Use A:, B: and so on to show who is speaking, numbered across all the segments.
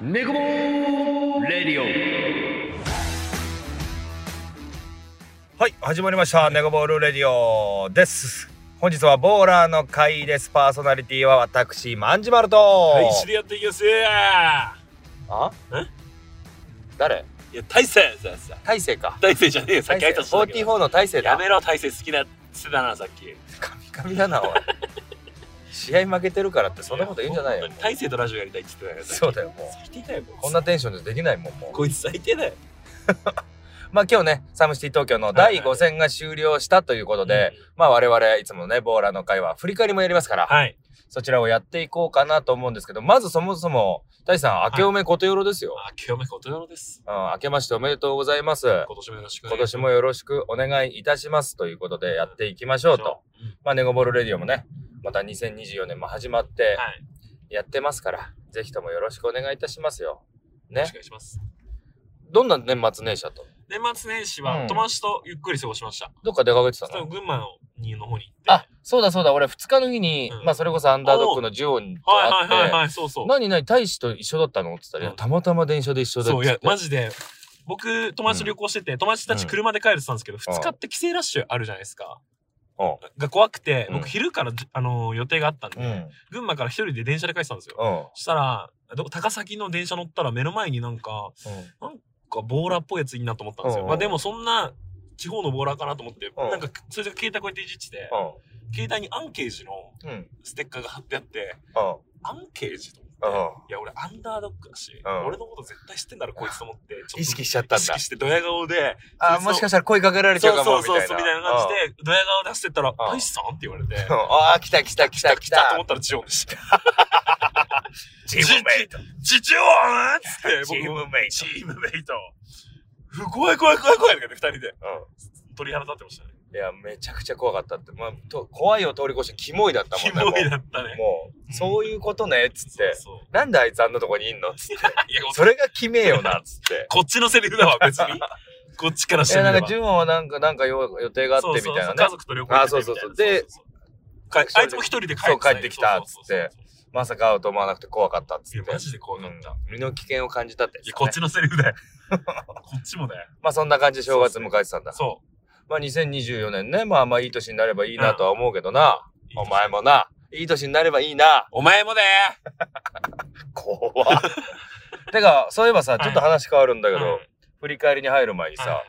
A: ネコボーレディオ
B: はい始まりましたネゴボールレディオです本日はボーラーの会ですパーソナリティは私マンジマルと、
C: はい、一緒にやっていきますいや、
B: あ
C: え
B: 誰
C: 大勢ささ。
B: 大勢か
C: 大勢じゃねえよ、さっ
B: 大
C: き
B: 勢
C: 挨拶したけど。
B: 44の大勢だ
C: やめろ、大勢好きなってだな、さっき。
B: カミカミだな おい試合負けてるからってそんなこと言うんじゃないよ
C: 本当に大勢とラジオやりたいって言ってたから
B: そうだよもう
C: 最低だよ、もう
B: こんなテンションじゃできないもんもう
C: こいつ最低だよ。
B: まあ今日ねサムシティ東京の第5戦が終了したということで、まあ我々いつもねボーラーの会は振り返りもやりますから、
C: はい。
B: そちらをやっていこうかなと思うんですけどまずそもそも大勢さん明けおめことよろですよ、
C: あ、清めことよろです。
B: うん、明けましておめでとうございます。
C: 今年もよろしくお
B: 今
C: 願い
B: 年
C: します。
B: もよろしくお願いいたしますということでやっていきましょうと。
C: うん。
B: まあ、ネゴボールレディオもね、また2024年も始まって
C: はい。
B: やってますから、ぜひともよろしくお願いいたしますよ。
C: よ
B: ね
C: ろしく。お願いします。
B: どんな年末年始だと
C: 年末年始
B: う
C: は
B: ん
C: 友達とゆっくり過ごしました。
B: どっか出かけてた
C: その
B: の
C: 群馬のにの方に行って。
B: あ、そうだそうだ、俺2日の日に、
C: うん
B: まあそれこそアンダードッグのジオンと
C: はいはいはい
B: 会って、
C: はい、そうそう。
B: 何何大使と一緒だったのって言ったら、いや
C: うん
B: たまたま電車で一緒だっ
C: そうい
B: つっ
C: や
B: て。
C: マジで僕友達と旅行してて、友達たち車で帰れてたんですけど、2日って帰省ラッシュあるじゃないですか、
B: うん
C: が怖くて
B: うん
C: 僕昼からじ、あのー予定があったんで、
B: うん。うん。
C: 群馬から一人で電車で帰ってたんですよ、
B: うん。
C: そしたらどこ高崎の電車乗ったら目の前になんかなんかボーラーっぽいやついいなと思ったんですよ、
B: うん
C: まあでもそんな地方のボーラーかなと思って、
B: うん
C: なんかそれで携帯こうやっていじってて、携帯にアンケージの
B: うん。うん。
C: ステッカーが貼ってあって
B: うん。
C: アンケージと思って、
B: うん。
C: いや俺アンダードッグだし、
B: うん
C: 俺のこと絶対知ってんだろこいつと思ってちょっと
B: 意識しちゃったんだ
C: 意識。してドヤ顔で、
B: あ
C: そいつ
B: ー、
C: の
B: もしかしたら声かけられちゃうか
C: そ
B: も
C: う
B: み
C: そう
B: たい
C: そう、
B: な。
C: みたいな感じで、ドヤ顔出してったら、
B: ん
C: 大志さんって言われて、
B: うん。ああ、来た来た来た来
C: 来たと
B: た。
C: 思ったらジオンでした。
B: チームメイト。
C: ジジオンっつって、
B: チームメイト。
C: チームメイト。ふ怖い怖い怖い怖いとかで、二人で
B: う
C: 鳥肌立ってましたね。
B: ん。いや、めちゃくちゃ怖かったって。まあ、と怖いを通り越してキモいだった
C: キ
B: もん
C: モい
B: も
C: だった
B: う
C: ね。
B: もう、そういうことね、つって。
C: そうそう
B: なんであいつあんなとこにいんのつって。
C: いや、こ
B: それがキメえよな、つって。
C: こっちのセリフだわ、別に。こっちからし
B: い
C: て
B: や、
C: みれ
B: な
C: ば
B: んか、ジュンはなんか、なんかよ予定があってみたい
C: そうそ
B: な
C: うそう
B: ね
C: 家。族と旅行行って
B: あそうそうそう
C: みたいな
B: で
C: そうそうそうかあいつも一人で帰って
B: そう帰ってきたっつって
C: そうそうそうそう
B: まさか会うと思わなくて怖かった、つ
C: い
B: っ
C: や
B: て。
C: マジで怖かった、
B: うん身の危険を感じたって
C: いや、
B: 言
C: こ
B: っ
C: って
B: たね。
C: ちのセリフだよ。こっちもだよ。
B: まあ、そんな感じで正月迎えてたんだ。
C: そ
B: まあ、2024年ね、まあまあいい年になればいいなとは思うけどな。
C: う。
B: お前。もな、いい年になればいいな。
C: お前もだよ
B: 怖 ってか、そういえばさ、
C: い
B: ちょっと話変わるんだけど、
C: うん
B: 振り返りに入る前にさ、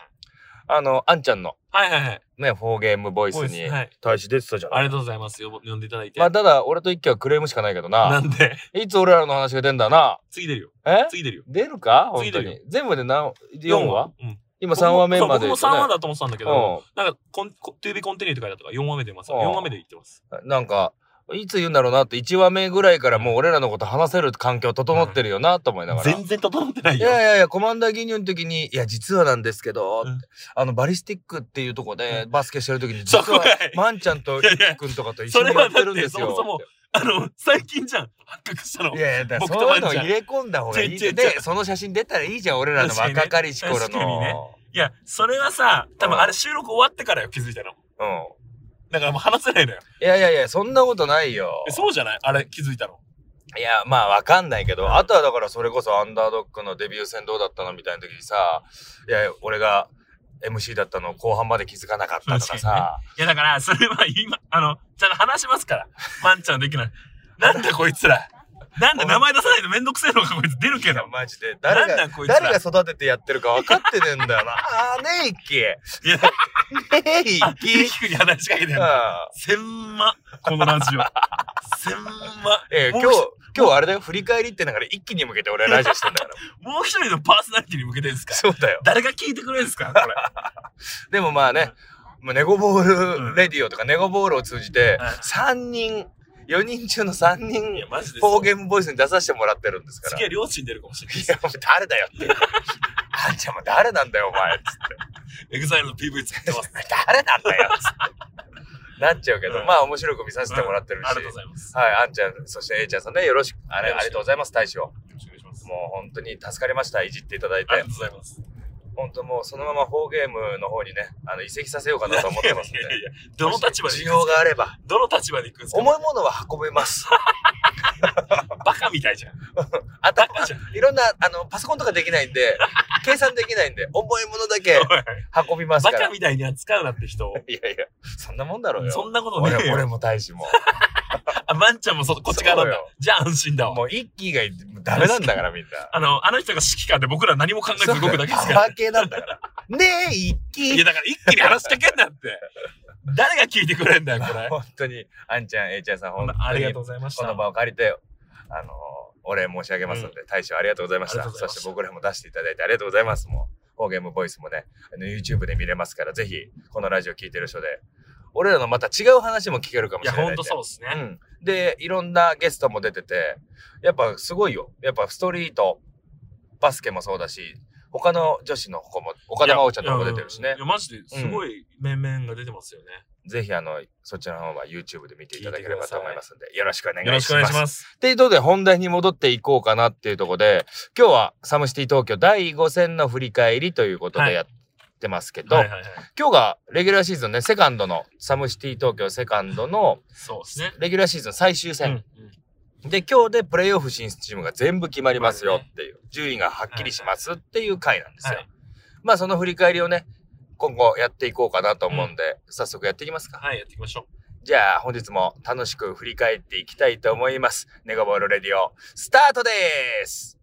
B: あの、あんちゃんの
C: はいはいはい。
B: ね、フォーゲームボイス
C: ボイ
B: に
C: スはい
B: 大使出てたじゃん。
C: ありがとうございます。よ呼んでいただいて。
B: まあ、ただ、俺と一家はクレームしかないけど
C: な
B: な。
C: んで、
B: いつ俺らの話が出んだな。
C: 次出るよ。
B: え
C: 次出るよ。
B: 出るか本
C: 次
B: 当
C: 出るよ
B: に。全部で何、4話
C: うん。
B: 今3話目まで
C: 僕も
B: 言
C: 3話
B: っ
C: だと思ってたんだけ
B: て
C: ど、
B: ね。
C: なんか、コン、コ to be continue って書いてあったから4話目でます。
B: うん
C: 4話目で言ってます。
B: うん。なんか、いつ言うんだろうなって、1話目ぐらいからもう俺らのこと話せる環境整ってるよな、と思いながら。
C: 全然整ってない
B: い
C: よ。
B: やいやいや、コマンダーギニューの時に、いや、実はなんですけど、
C: うん
B: あの、バリスティックっていうとこで、バスケしてる時に、
C: そ
B: 実
C: こ
B: は
C: か、い
B: マンちゃんと
C: いや
B: リ
C: いや
B: ッくんとかと一緒にやってるんですよ。
C: それはだってそもそもあの、最近じゃん。発覚したの。
B: いやいや、だから
C: 僕
B: そ
C: と
B: う
C: マ
B: いう
C: ンちゃん
B: の入れ込んだ方がいい
C: 違う違
B: で、
C: う違う
B: その写真出たらいいじゃん、俺らの若かりし頃
C: 確かにね
B: の。
C: いや、それはさ、多分あれ収録終わってからよ、気づいたの。
B: うん。
C: だからもう話せないのよ。
B: いやいやいや、そんなことないよ。
C: えそうじゃないあれ気づいたの。
B: いや、まあわかんないけ
C: う
B: ど、
C: ん
B: あとはだからそれこそアンダードックのデビュー戦どうだったのみたいな時にさ、いや、俺が MC だったの後半まで気づかなかったとか
C: 確かにね
B: さ、
C: いやだから、それは今、あの、ちゃんと話しますから。ワンちゃんできない。なんだこいつら。なんだ名前出さないとめんどくせえのかこいつ出る
B: い
C: け
B: や
C: ど。
B: マジで誰が
C: なんなんこいつら
B: 誰が育ててやってるか分かってねえん だよなあーねえ一輝ね
C: いや、
B: え一
C: あっ、ゆきくんに話し かけてんの
B: 輝
C: せんま、このラジオ。せんま。
B: ええ今
C: もう
B: 日今日あれだよ振り返りってだから一輝に向けて俺ラジオしてんだから
C: もう一人のパーソナリティに向けてんすか
B: そうだよ
C: 誰が聞いてくれるんすかこれ。
B: でもまあね、まあ、ネゴボールレディオとかネゴボールを通じて
C: うん
B: 3人4人中の3人
C: いや、マジで
B: フォー
C: そう。
B: ゲームボイスに出させてもらってるんですから
C: 次は両親出るかもしれない
B: い
C: です
B: や。もう誰だよってあんちゃんも誰なんだよお前
C: エグザイルの PV 作ってます。
B: 誰なんだよっつってなっちゃうけど、
C: うん
B: まあ面白く見させてもらってるし、
C: ありがとうございます。
B: はい、あんちゃん、そしてえいちゃんさんね、よろしく、あれ、あ
C: よろしく
B: りがとうございます、大将。も
C: よろしくお願いします。
B: う本当に助かりました、いじっていただい
C: ありが
B: て
C: とう。ございます。
B: 本当もうそのままフォーゲームの方にね、あの移籍させようかなと思ってますんで。
C: いやいやいやどの立場で
B: 需
C: 行くん
B: 要
C: すか
B: があれば、
C: どの立場で行くんですか
B: 重いものは運べます。
C: バカみみたいじゃん。
B: 頭
C: バカじゃん。
B: いろんなあのパソコンとかできないん で計算できないんで重いものだけ
C: おい
B: 運びます
C: バ
B: か
C: カ
B: ら。
C: みたいに扱うなって人を。
B: いやいやそんなもんだろうよ。
C: そんなことねえ
B: 俺
C: よ。
B: 俺も大使も。
C: あ、まんちゃんもそこっち側なんだ
B: そうよ。
C: じゃあ安心だ
B: も
C: わ。
B: う一気がダメなんだからみんな。
C: あの、あの人が指揮官で僕ら何も考えず動くだけですか
B: パ
C: ら
B: ワ。ー系なんだから。ねえ一
C: いや、
B: 気
C: だから一気に話しかけんな って。誰が聞いてくれんだよ、こ れ。
B: 本当にあんちゃん、えいちゃんさん本当に
C: ありがとうございました。
B: この場を借りてあのお礼申し上げますので、大使ありがとうございまし
C: あ
B: た
C: りがとうござい
B: そ
C: ました
B: して僕らも出していただいてありがとうございますもう方言もボイスもねあの YouTube で見れますからぜひこのラジオ聞いてる人で俺らのまた違う話も聞けるかも
C: い
B: しれ
C: や、
B: ないんで
C: ほんとそうですね。
B: ん、でいろんなゲストも出ててやっぱすごいよやっぱストリートバスケもそうだし他の女子の子も岡田真央ちゃんとかも出てるし
C: いや
B: ね
C: いや、マジですごい面々が出てますよね。
B: ぜひあのそちらの方は YouTube で見ていただければと思いますんでよろしくお願いし
C: よ
B: ま
C: ろしく
B: す
C: お願いします。
B: っていうことで本題に戻っていこうかなっていうところで今日はサムシティ東京第5戦の振り返りということ
C: は
B: で
C: い
B: やってますけど、
C: はいはいはい。
B: 今日がレギュラーシーズンねセカンドのサムシティ東京セカンドの
C: そうですね。
B: レギュラーシーズン最終戦、
C: うんうん
B: で今日でプレーオフ進出チームが全部決まりますよっていう順位がはっきりしますっていう回なんですよ。
C: はい
B: まあその振り返りをね今後やっていこうかなと思うんで、早速やっていきますか。
C: はい、やっていきましょ
B: じゃあ本日も楽しく振り返っていきたいと思います。ネガボールレディオスタートです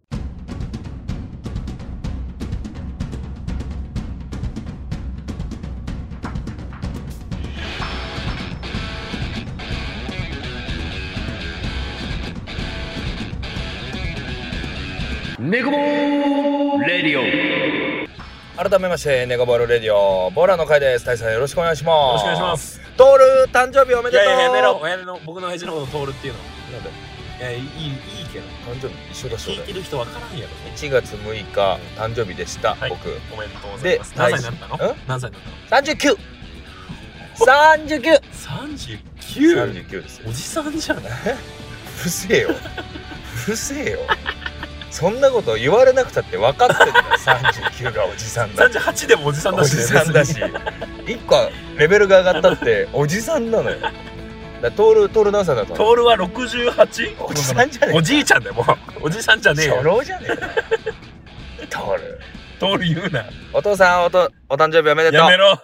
A: ネコボールレディ
B: 改めましてネガボールレディオボーラーの会です。大佐よろしくお願いし
C: う。よ
B: ま
C: ろし
B: す。
C: くお願いしま。す。
B: トール誕生日おめ
C: い
B: でとう。
C: やいや、やめろ。親の、僕の親父のこと通るっていうの。
B: なんだよ
C: いや、いい、いいけど。
B: 誕生日一緒だそう
C: 聞い
B: だ
C: て
B: よ。
C: る人わからんやろね。
B: 1月6日誕生日でした、
C: はい
B: 僕。
C: おめでとうございます。
B: で
C: 何歳になったの
B: ん
C: 何歳になっ
B: 39。39。
C: たの ?39!
B: 39ですよ。
C: おじさんじゃないう
B: るせえよ。うるせえよ。そんなこと言われなくたって分かってんだよ。39がおじさんだって。
C: ?38 でもおじさん
B: お
C: だし
B: じ
C: ね、
B: さんだし
C: 別に
B: 一個レベルが上がったっておじさんなのよだからトールトール何歳だった
C: ト
B: の
C: ールは 68?
B: おじさんじゃねえか
C: おじいちゃんだよ、もう。おじさんじゃねえ
B: 初
C: よ。
B: 老じゃねえかトール
C: トール言うな。
B: お父さんおとお誕生日おめでと
C: やめ
B: う
C: ろ。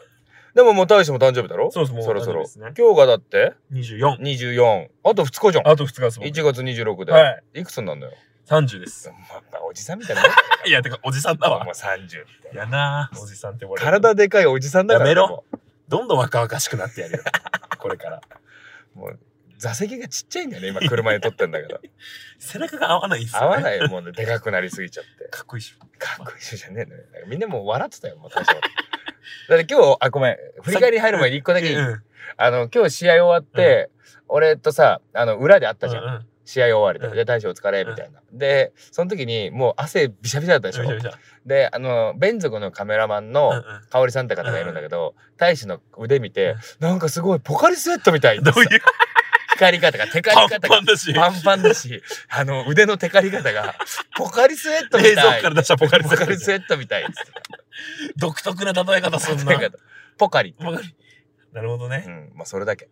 B: でももう大しても誕生日だろ
C: そうですもう
B: そろそ
C: 誕生日
B: ろ
C: ですね
B: 今日がだって
C: 24。
B: 24あと2日じゃん
C: あと2日ですもん。
B: 1月26で、、
C: はい
B: くつになんだよ
C: 30です。
B: まあおじさんみたいなもんだよ
C: いや、てか、おじさんだわ
B: もう。30
C: いやなあおじさんって俺。
B: 体でかいおじさんだから
C: やめろ
B: も
C: どんどん若々しくなってや るよ。これから。
B: うもう座席がちっちゃいんだよね今車で撮ってんだけ ど
C: 背中が合わないんすよ、
B: 合
C: ね。
B: わないよもうねでかくなりすぎちゃって
C: かっこいいし。
B: かっこいいじゃねえのよ。なんかみんなもう笑ってたよ、もう最初。だって今日、あ、ごめん。振り返り入る前に一個だけいい、
C: うん。
B: あの、今日試合終わって、俺とさ、あの、裏で会ったじゃん。
C: うんうん。
B: 試合終わりで。
C: うん
B: で、大将お疲れ、みたいな。で、その時にもう汗びしゃびしゃだったでし
C: めちゃめ
B: ょ。
C: ちゃ。
B: で、あの、ベン族のカメラマン
C: うん
B: の、
C: う
B: かおりさんって方がいるんだけど、大使の腕見て
C: うん、
B: なんかすごいポカリスエットみたい
C: ん。どういう
B: 光り方が、テカ
C: パ
B: り
C: ン
B: 方
C: パ
B: が
C: ンだし。
B: パンパンだし、あの、腕のテカり方が、ポカリスエットみたい。
C: 冷蔵庫から出したポカリ
B: ポカリス
C: ス
B: エットみたいっつって。
C: 独特な例え方すん
B: と
C: な
B: いう。ことポカリ。
C: わかるなるほど
B: う
C: ね。
B: ん、まあそれだけ。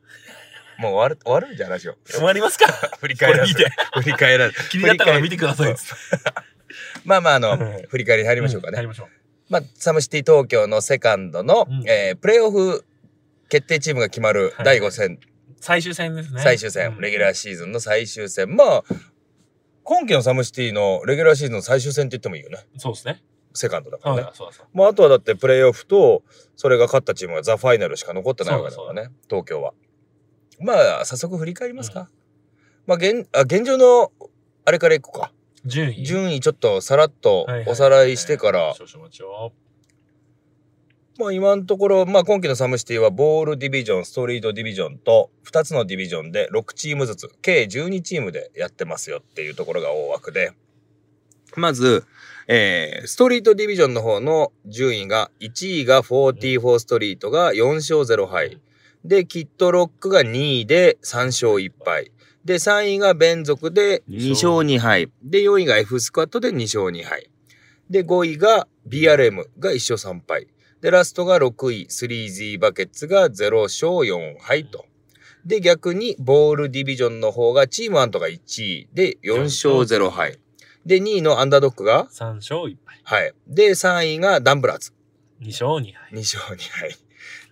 B: もう終わる、終わるんじゃないラジオ。
C: 終わりますか
B: 振り
C: こ
B: 返
C: れ
B: ら
C: 見
B: ず。
C: て。
B: 振り返らず。
C: 気になったから見てください。
B: まあまああの、
C: うん
B: 振り返り入りましょうか
C: やり
B: ね。
C: ましょう。
B: まあ、サムシティ東京のセカンドの、
C: うん
B: えープレーオフ決定チームが決まる
C: はい
B: 第5戦、
C: 最終戦ですね。
B: 最終戦、レギュラー
C: ー。
B: シーズンの最終戦。まあ、今季のサムシティのレギュラーシーズンの最終戦って言ってもいいよね。
C: そうですね。
B: セカンドだか
C: そ
B: ら
C: う
B: ね。
C: だ、そうだ、そう
B: まあ、あとはだってプレーオフと、それが勝ったチームがザ・ファイナルしか残ってないわけだか
C: そう
B: ら
C: だ
B: ね、東京は。まあ、早速振り返りますか。まあ、現あ現状の、あれからいこうか。
C: だ。順位。
B: 順位ちょっとさらっと
C: はいはい
B: おさらいしてから、
C: 少々お待ちを。
B: まあ今のところ、まあ今季のサムシティはボールディビジョン、ストリートディビジョンと2つのディビジョンで6チームずつ、計12チームでやってますよっていうところが大枠で、まず、えー、ストリートディビジョンの方の順位が、1位が44ストリートが4勝0敗。で、キットロックが2位で3勝1敗。で、3位がベン族で2勝2敗。で、4位が F スクワットで2勝2敗。で、5位が BRM が1勝3敗。で、ラストが6位、3Z バケツが0勝4敗と。で、逆にボールディビジョンの方がチームアントが1位で4勝0敗。で、2位のアンダードックが、
C: 3勝1敗。
B: はい。で、3位がダンブラーズ。
C: 2勝2敗。
B: 2勝2敗。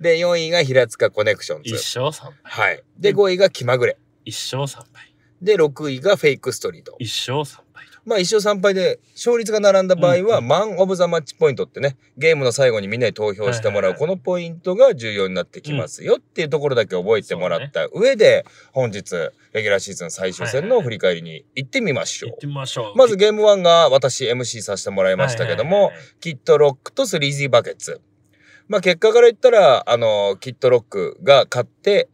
B: で、4位が平塚コネクションズ。
C: 1勝3敗。
B: はい。で、5位が気まぐれ。
C: 1勝3敗。
B: で、6位がフェイクストリート。
C: 1勝3敗と。
B: まあ、1勝3敗で勝率が並んだ場合は、
C: うん
B: マン・オブ・ザ・マッチポイントってね、ゲームの最後にみんなに投票してもらう、
C: はいはいはい
B: このポイントが重要になってきますよっていうところだけ覚えてもらった上で、本日、レギュラーシーズン最終戦の振り返りに行ってみましょう。
C: 行ってみましょう。
B: まずゲーム1が私 MC させてもらいましたけども、
C: はいはいはい
B: キットロックとスリージーバケツ。まあ結果から言ったら、あの、キットロックが勝って、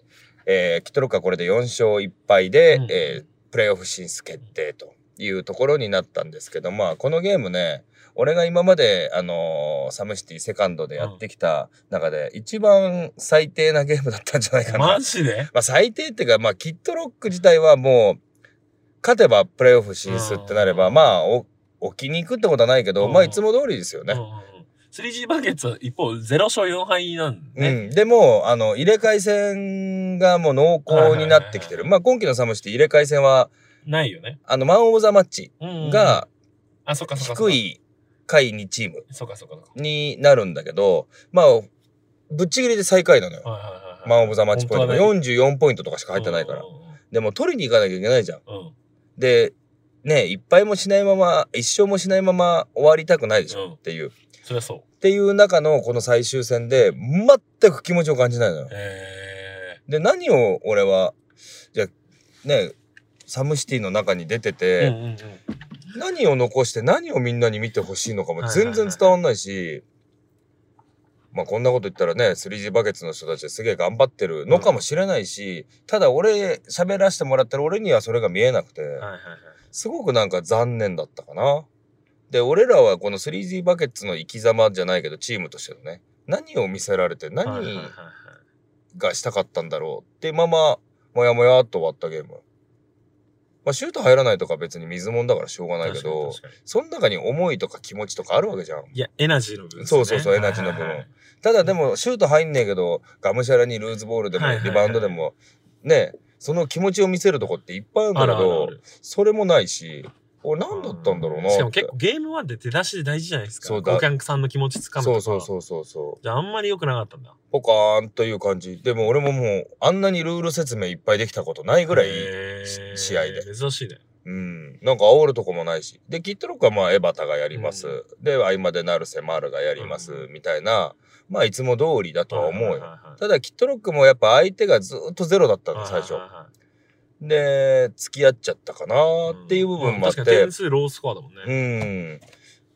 B: えーキットロックはこれで4勝1敗で、
C: うん
B: えープレイオフ進出決定というところになったんですけど、まあこのゲームね、俺が今まで、あのーサムシティセカンドでやってきた中で、一番最低なゲームだったんじゃないかな。
C: マジで
B: まあ、最低っていうか、まあ、キットロック自体はもう、勝てばプレーオフ進出ってなれば、
C: うん
B: まあ、お置きに行くってことはないけど、
C: うん
B: まあ、いつも通りですよ
C: うん
B: ね。
C: うんうん 3G バケツは一方0勝4敗なん
B: う
C: でね。
B: ん。でも、あの、入れ替え戦がもう濃厚になってきて
C: はいはいはい
B: る。
C: はい
B: まあ、今期のサムシティ入れ替え戦は、
C: ないよね。
B: あの、マン・オブ・ザ・マッチ
C: うんうん、
B: が
C: あ、そっかそっかそっ
B: 低。
C: か
B: い回2チーム
C: そうかそうかそう
B: になるんだけど、まあ、ぶっちぎりで最下位なの
C: か。
B: よ。
C: はいはいはいはい
B: マン・オブ・ザ・マッチポイントが
C: 本当はね
B: 44ポイントとかしか入ってないから
C: う。ん
B: でも、取りに行かなきゃいけないじゃん。
C: うんうん。うん
B: で、ね、一敗もしないまま、一勝もしないまま終わりたくないでしょ、
C: うん
B: っていう。っ
C: そりゃそう。
B: ていう中のこの最終戦で、全く気持ちを感じないのよ。
C: え
B: で、何を俺は、じゃあね、サムシティの中に出て
C: え。
B: て
C: う、んうんうん。
B: 何を残して何をみんなに見てほしいのかも
C: はいはい
B: 全
C: はい
B: 然伝わんないし、まあこんなこと言ったらね、3G バケツの人たちすげえ頑張ってるのかもしれないし、ただ俺喋らせてもらってる俺にはそれが見えなくて、
C: はいはいはい。
B: すごくなんか残念だったかな。で、俺らはこの 3G バケツの生き様じゃないけど、チームとしてのね、何を見せられて
C: はいはいはい
B: 何
C: はい
B: がしたかったんだろうってまま、もやもやっと終わったゲーム。まあ、シュート入らないとか別に水もんだからしょうがないけど、
C: 確かに確か
B: その中に思いとか気持ちとかあるわけじゃん。
C: にいや、エナジーの部分ですね。
B: そうそうそうエナジーの部分
C: はいはいはい
B: ただでも、シュート入んねえけど、がむしゃらにルーズボールでも
C: はいはいは
B: リ
C: い
B: バウンドでも、ね、その気持ちを見せるとこっていっぱいあるんだけ
C: あるある
B: ど
C: あ、る。
B: それもないし、俺何だったんだろうなって。
C: しかも結構ゲームワンって出だしで大事じゃないですか。
B: そう
C: お
B: だ
C: 客さんの気持ちつかむと
B: そ
C: か。
B: うそうそうそうそう
C: じゃああんまり良くなかったんだ。
B: ポカーンという感じでも俺ももうあんなにルール説明いっぱいできたことないぐらい、
C: へー
B: し試合で
C: 珍しいね。
B: うんなんか煽るとこもないしでキットロックはまあエバタがやります、で合間でナルセマールがやります、
C: うん
B: みたいなまあいつも通りだとは思うよ、
C: はいはいはいはい
B: ただキットロックもやっぱ相手がずっとゼロだったの最初
C: はいはいはい
B: で付き合っちゃったかなーっていう部分もあっ
C: うん確かに
B: て
C: 点数ロースコアだもんね。
B: うん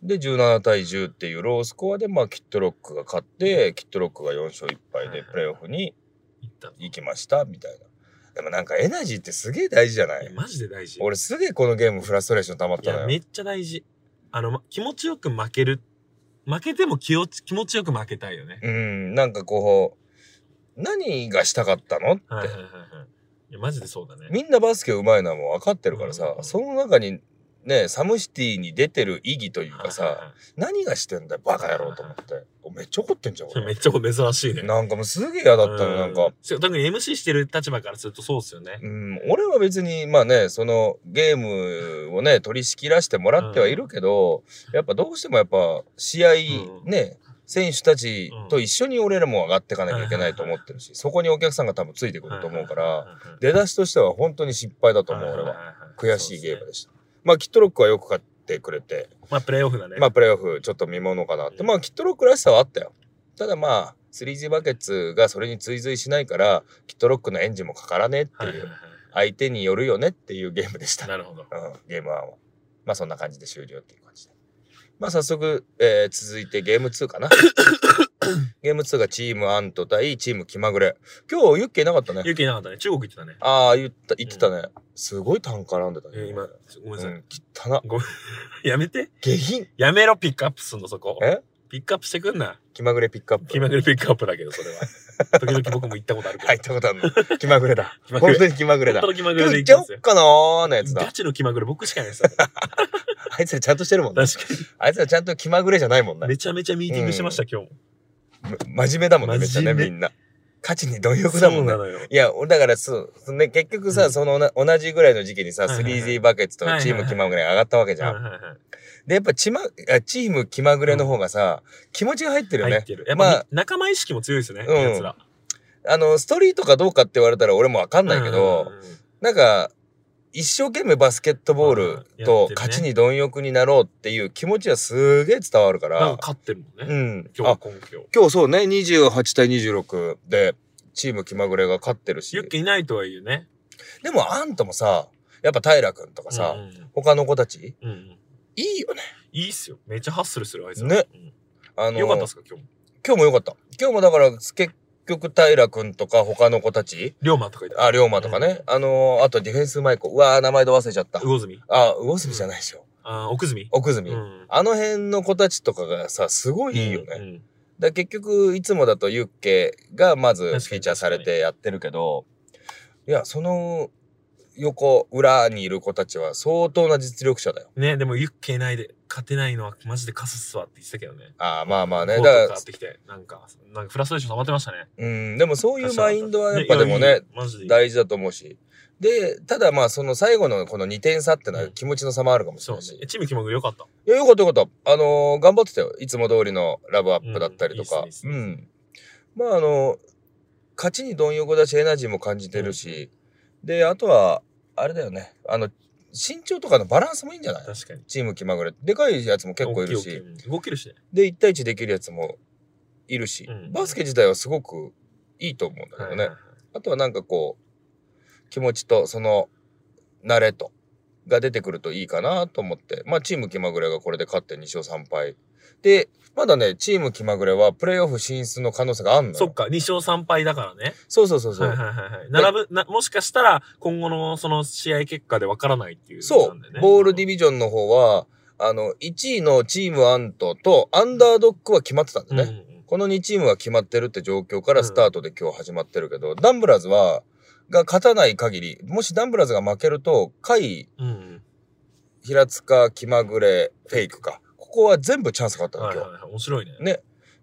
B: で17対10っていうロースコアでまあキットロックが勝ってキットロックが4勝1敗でプレーオフに
C: いった
B: 行きましたみたいなでもなんかエナジーってすげえ大事じゃないい
C: やマジで大事。
B: 俺すげえこのゲームフラストレーション溜まっ
C: い
B: たの
C: や、
B: よ
C: めっちゃ大事。あの、ま気持ちよく負ける。負けても気を気持ちよく負けたいよね。
B: うんなんかこう何がしたかったのって、
C: はいはいはいはい。いや、マジでそうだね。
B: みんなバスケうまいのはもう分かってるからさ、
C: うん
B: その中にねサムシティに出てる意義というか
C: はいは
B: さ
C: い
B: 何がしてんだよバカ野郎と思っておめっちゃ怒ってんじゃん
C: はいめ
B: 俺
C: っちゃ珍しいね。
B: なんかもうすげえ嫌だったのなんか
C: う。そう特に MC してる立場からするとそうですよね。
B: うん、俺は別にまあねそのゲームをね取り仕切らせてもらってはいるけど、やっぱどうしてもやっぱ試合、
C: うん
B: ね選手たちと一緒に俺らも上がっていかなきゃいけないと思ってるし、そこにお客さんが多分ついてくると思うから、
C: はいはいはいはい、
B: 出だしとしては本当に失敗だと思う、
C: はい
B: 俺
C: はい
B: は
C: はい
B: 悔しいゲーム
C: そうっ
B: でした、まあキットロックはよく勝ってくれて
C: すねまあ、プレイオフだね。
B: まあプレーオフちょっと見ものかなって、まあキットロックらしさはあったよただまあ 3G バケツがそれに追随しないからキットロックのエンジンもかからねえって、
C: はいいうはいはいは
B: 相手によるよねっていうゲームでした。
C: い。なるほど。
B: うん、ゲーム1は。まあそんな感じで終了っていう感じで。まあ早速、えー続いてゲーム2かな。 ゲーム2がチームアント対チーム気まぐれ。今日ユッケいなかったね。
C: 勇気いなかったね。中国行ってたね。
B: ああ、言った、言ってたね。すごい単絡んでた
C: えー
B: ね。
C: 今、ごめんなさ
B: う
C: い。
B: ん、汚な。
C: やめて。
B: 下品。
C: やめろ、ピックアップすんの、そこ。
B: え
C: ピックアップしてくんな。
B: 気まぐれピックアップ。
C: 気まぐれピックアップだけど、それ は。時々僕も行ったことあるけど。
B: 入ったことあ るの。気まぐれだ。
C: 気まぐ
B: 本
C: れ
B: 当に気まぐれだ。
C: 本当の気まぐ
B: 今
C: れ
B: 日
C: で
B: 行っちゃお
C: 行きま
B: っ
C: すよ。
B: かなーのやつ
C: ガ
B: だ。
C: チの気まぐれ僕しかないですよ。確
B: あいつらちゃんとしてるもんね。
C: か
B: あいつらちゃんと気まぐれじゃないもん
C: に。
B: ね。
C: めちゃめちゃミーティングしてました、今日も。
B: ま真面目だもんね、めっちゃね、
C: 真面目
B: みんな。勝ちに貪欲だもんね
C: そうな。のよ。
B: いや、俺だからそう、そね、結局さ、
C: うん
B: そのな同じぐらいの時期にさ、
C: はいはいはい
B: 3D バケツとチーム気まぐれが上がったわけじゃん。
C: はいはいはい
B: で、やっぱチ,、ま、あチーム気まぐれの方がさ、気持ちが入ってるよ
C: 入
B: ね
C: っ。てる。やっ
B: ま
C: ぱ
B: あ
C: 仲間意識も強いですね、
B: うん
C: やつら。
B: あの、ストリートかどうかって言われたら俺もわかんないけど、
C: うんうんうん
B: なんか、一生懸命バスケットボール
C: うんやっ
B: と
C: てるね
B: 勝ちに貪欲になろうっていう気持ちはすげえ伝わるか
C: なん
B: ら
C: か。勝ってるもんね。
B: うん。
C: 今
B: あ
C: 日、今日。
B: 今日そうね、28対26で、チーム気まぐれが勝ってるし
C: ユッ。ケいないとはいえね。
B: でもあんたもさ、やっぱ平君とかさ、
C: うんうん
B: 他の子たち、
C: うんうん。
B: いいよね。
C: いいっすよ。めっちゃハッスルする、あいつら。
B: ね
C: うん。
B: あの
C: よかったっすか、今日も。
B: 今日もよかった。今日もだから、結局平君とか他の子たち、
C: 龍馬とかいた。
B: あ、龍馬とかね、あのーあとディフェンスうまい子、うわー、名前で忘れちゃった。
C: 魚住。
B: あ、魚住じゃないでしょ。
C: あー奥住。
B: 奥住、
C: うん
B: あの辺の子たちとかがさ、すごいいいよね。
C: うんうん
B: だから結局、いつもだとユッケがまずフ
C: かに
B: ィーチャーされてやってるけど、いや、その横、裏にいる子たちは相当な実力者だよ。
C: ね、でもユッケいないで勝てないのはマジでカスっすわって言ってたけどね。
B: ああ、まあまあね。
C: コ
B: だか
C: ート変
B: ら
C: わっ、てきて、なんか、なんかフラストレーション溜まってましたね。
B: うん、でもそういうマインドはやっぱでも
C: いやい
B: ね
C: い、マジでいい。
B: 大事だと思うし。で、ただまあその最後のこの2点差ってのは
C: うん
B: 気持ちの差もあるかもし
C: そ
B: れ
C: う
B: な
C: ね
B: いし。。
C: えチーム気まぐれよかった。
B: いや、よかったよかった。あのー頑張ってたよ。いつも通りのラブアップだったりと
C: う
B: か
C: んいいっ。す
B: う
C: ねいいっす
B: ん。まああの、勝ちに貪欲だし、エナジーも感じてるし。で、あとは、あれだよね。あの、身長とかのバランスもいいんじゃない
C: 確かに。
B: チーム気まぐれ。でかいやつも結構いる
C: 大き
B: し。
C: 大きいうん動けるしね。
B: で、1対1できるやつもいるし。
C: うん
B: バスケ自体はすごくいいと思うんだけどね。
C: はいはいはい
B: あとはなんかこう、気持ちとその慣れと、が出てくるといいかなと思って。まあ、チーム気まぐれがこれで勝って2勝3敗。で、まだね、チーム気まぐれはプレーオフ進出の可能性があんのよ。
C: そっか、2勝3敗だからね。
B: そうそうそうそ
C: は
B: う。
C: いはいはいはい。並ぶ、なもしかしたら、今後のその試合結果でわからないっていう、
B: そう、ボールディ
C: ビ
B: ビジョンの方は、あの、1位のチームアントとアンダードッグは決まってたんだね。この2チームが決まってるって状況からスタートで今日始まってるけど、ダンブラーズは、が勝たない限り、もしダンブラーズが負けると、下位
C: うんうん。うん
B: 平塚気まぐれフェイクかここは全部チャンスがあった
C: うん。
B: の
C: はい
B: 今
C: はい
B: 日
C: はい。面白いね。
B: ね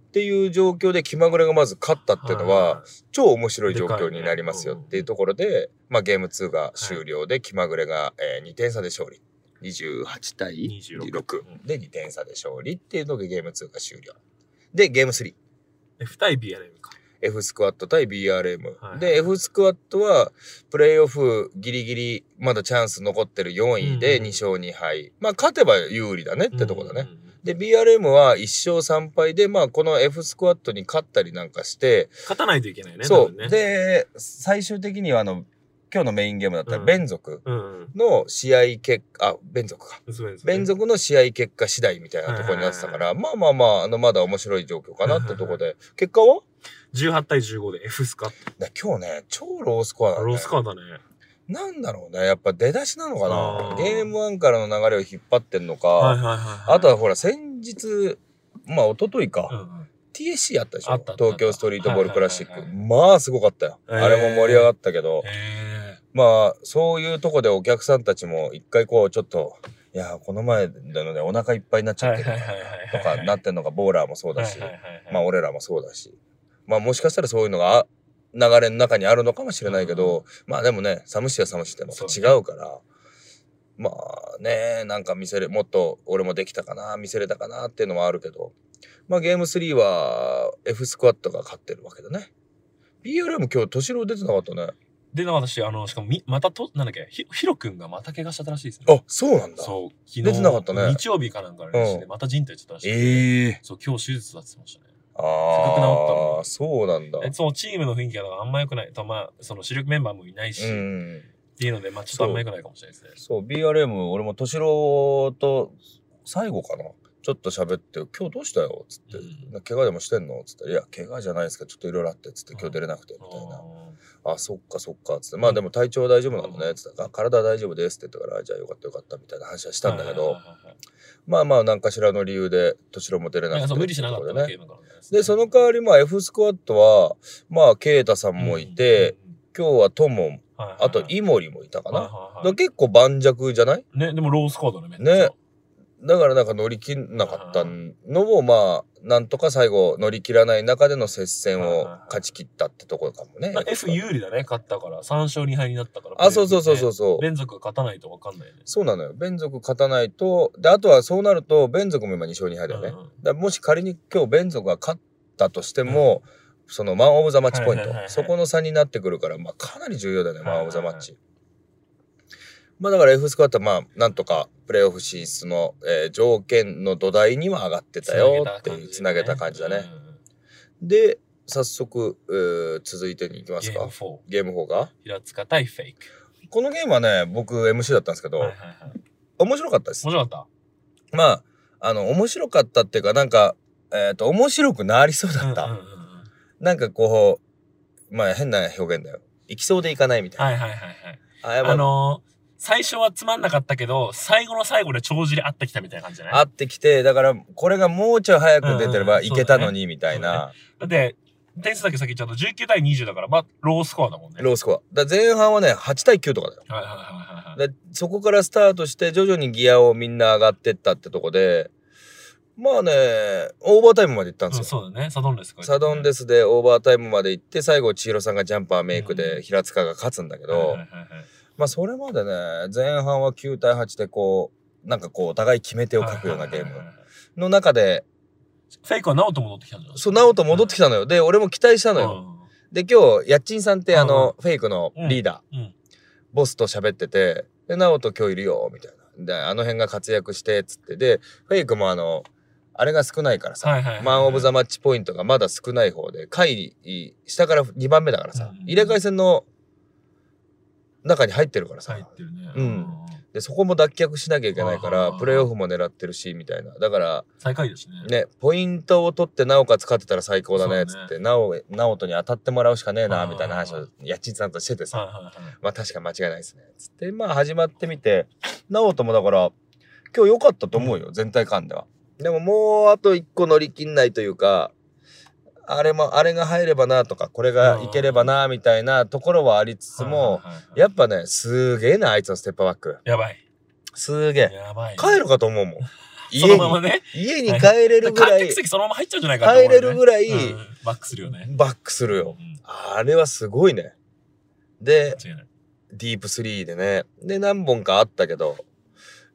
B: っていう状況で気まぐれがまず勝ったっていうの
C: はいはい
B: は
C: は
B: 超面白い状況になりますよ
C: でかいね
B: っていうところでまあゲーム2が終了で気まぐれがえー2点差で勝利28対
C: 26
B: 6で2点差で勝利っていうのでゲーム2が終了でゲーム 3F
C: い。F 対 BRM か。
B: スクワット対
C: は
B: BRM
C: い
B: で F スクワットはプレイオフギリギリまだチャンス残ってる4位で2勝2敗まあ勝てば有利だねってとこだね
C: うんうんうん。
B: で、BRM は1勝3敗で、まあ、この F スクワットに勝ったりなんかして、
C: 勝たないといけないね。
B: そ
C: 多
B: う、
C: 分ね、
B: で、最終的には、あの、今日のメインゲームだったら、
C: うん
B: 連続
C: うんうん。
B: の試合結果、あ、連続か。
C: そうですね
B: 連続の試合結果次第みたいなところになってたから、まあまあまあ、あの、まだ面白い状況かなってとこで、結果は
C: 18対15で F スカ
B: だ今日ね、超ロースコアなの、ね。
C: ロースカーだね。
B: なんだろうね、やっぱ出だしなのか
C: あ
B: な。
C: ー
B: ゲーム1からの流れを引っ張ってんのか、
C: はいはいはいはい。
B: あとはほら、先日、まあ、一昨日か。
C: うんうん、
B: TSC あったでし
C: あ
B: ょ
C: ったあった
B: 東京ストリートボールクラシッ
C: はい
B: ク。
C: はい
B: まあすごかったよ。
C: えー
B: あれも盛り上がったけど、
C: え
B: まあそういうとこでお客さんたちも一回こうちょっと、いやーこの前なのでお腹いっぱいになっち
C: ー。
B: ゃ
C: は
B: っ
C: い
B: て
C: はい
B: る
C: はいはい
B: と
C: はい。
B: かなってんのがボーラーもそうだし
C: はい、はいはいはい
B: まあ俺らもそうだし、まあもしかしたらそういうのがあ流れの中にあるのかもしれないけど、まあでもね、寒しや寒しってまた違うから、まあね、なんか見せれ、もっと俺もできたかな、見せれたかなっていうのもあるけど、まあゲーム3は F スクワットが勝ってるわけだね。BRM 今日、敏郎出てなかったね。
C: で、私、あの、しかもみ、またと、なんだっけ、ひひろくんがまた怪我しちゃったらしいですね。
B: あ、そうなんだ。
C: そう、昨日。
B: 出てなかったね
C: 日曜日かなんかの練習で、
B: う
C: また人体ちゃったらしい。
B: ええ
C: そう、今日手術だって言ってましたね。
B: あ
C: せっかく治った
B: あ
C: の
B: ー、そうなんだ。
C: えそう、チームの雰囲気があんま良くない。と、まあ、その主力メンバーもいないし、
B: う
C: っ
B: ん。
C: ていうので、まあ、ちょっとあんま良くないかもしれないですね。
B: そう、BRM、俺も敏郎と最後かな。ちょっと喋って、今日どうしたよつって、
C: うん
B: な怪我でもしてんのつって、いや、怪我じゃないですけど、ちょっといろいろあって、つって、今日出れなくて、みたいな。あ、そっかそっか、つって、まあでも体調は大丈夫なんだね、つって、あ体は大丈夫ですって言ったから、あじゃあよかったよかった、みたいな話はしたんだけど、まあまあ、何かしらの理由で、敏郎も出れ
C: な
B: なんく
C: か
B: て。
C: そう無理しなかったわ
B: ね
C: ゲ。ームからね
B: で、その代わり、まあ、F スクワットは、まあ、ケイタさんもいて、、今日はトモン、
C: うんうんうん
B: あと、イモリもいたかな。
C: はいはいはい
B: だから結構盤石じゃない
C: ね、でもロースコアだね、めっちゃ
B: ねだからなんか乗り切んなかったのを、まあ、なんとか最後乗り切らない中での接戦を勝ち切ったってところかもね
C: まあ。F 有利だね、勝ったから。3勝2敗になったから。
B: あ、そうそうそうそう
C: う。
B: そう。
C: 連続勝たないと分かんないよね。
B: そうなのよ。ベン族勝たないと、で、あとはそうなると、ベン族も今2勝2敗だよね。
C: う
B: だ
C: ん
B: か
C: うん
B: らもし仮に今日ベン族が勝ったとしても、そのマン・オブ・ザ・マッチポイント
C: はいはいはいは、い
B: そこの差になってくるから、まあかなり重要だよね、マン・オブ・ザ・マッチ
C: は。
B: まあだから F スクワットはまあなんとかプレーオフ進出の、えー条件の土台には上がってたよっていうつなげた感じだね。。で、早速、えー続いてに行きます
C: ゲー
B: か
C: ム。4。
B: ゲーム4が。
C: 平塚対フェイク。
B: このゲームはね、僕 MC だったんですけど、
C: はいはいはい。
B: 面白かったです
C: 面。白かっ
B: まあ、あの、面白かったっていうか、なんか、えっ、と、面白くなりそう
C: た
B: だった。
C: うんうんうんうん
B: なんかこう、まあ変な表現だよ。行きそうで行かないみたいな。
C: はいはいはいはい。
B: あ、やば
C: あ
B: い。
C: のー、最初はつまんなかったけど、最後の最後で帳尻合ってきたみたいな感じじゃない
B: 会ってきて、だから、これがもうちょい早く出てれ
C: うん
B: ば
C: うん
B: 行けたのに、みたいな、
C: だって、点数だけ先言っちゃうと19対20だから、まあ、ロースコアだもんね。
B: ロースコア。だから前半はね、8対9とかだよ。
C: はいはいはいはいはい。
B: でそこからスタートして、徐々にギアをみんな上がってったってとこで、まあね、オーバータイムまで行ったんです
C: う
B: よ
C: ん、。そうだね。サドンデスか。
B: サドンデ
C: ス
B: スでオーバータイムまで行って、最後、千尋さんがジャンパーメイクで平塚が勝つんだけ
C: け
B: ど、まあそれまでね、前半は9対8でこう、なんかこう、お互い決め手を書くようなゲームの中で、
C: フェイクはナオト戻ってきたんじゃない
B: そう、ナオト戻ってきたのよ。で、俺も期待した
C: た
B: のよ。で、今日、やっちんさんってあの、フェイクのリーダ
C: うんうん
B: ー、ボスと喋ってて、で、ナオト今日いるよ、みたいな。で、あの辺が活躍して、つって。で、フェイクもあの、あれが少ないから
C: は
B: さ
C: いはいはいは、い
B: マン・オブ・ザ・マッチポイントがまだ少ない方で、下位、下から2番目だからさ
C: うん、
B: 入れ替え戦の中に入ってるからさ
C: 入、ってるね。
B: うんでそこも脱却しなきゃいけないか
C: はいはい
B: ら
C: はい
B: プレーオフも狙ってるしみたいなだから
C: 最下位ですね。
B: ねポイントを取ってなおかつ勝てたら最高だねっつ
C: そうね
B: ってなおなおとに当たってもらうしかねえ
C: はい
B: な
C: はいはい
B: みたいな話を家賃さんとしてて
C: はい
B: さ
C: はいはい。
B: まあ確か間違いないですねつってまあ始まってみてなおともだから今日良かったと思うよ全体感ではでももうあと一個乗り切んないというかあれもあれが入ればなとかこれがいければなみたいなところはありつつも
C: はいはいはい
B: やっぱねすげえなあいつのステップバック
C: やばい。
B: すげえ
C: やばい。
B: 帰るかと 思うもん。
C: そ
B: 家
C: のまま
B: に、
C: ね。
B: 家に帰れるぐら
C: 観
B: い
C: 客、席そのまま入っちゃうんじゃないかと思う
B: 帰
C: よね
B: れるぐらい
C: うんバックするよね。
B: バックする
C: う
B: よ。
C: ん
B: あれはすごいね。で、
C: 間違いない。
B: ディープスリーでね。で、何本かあったけど、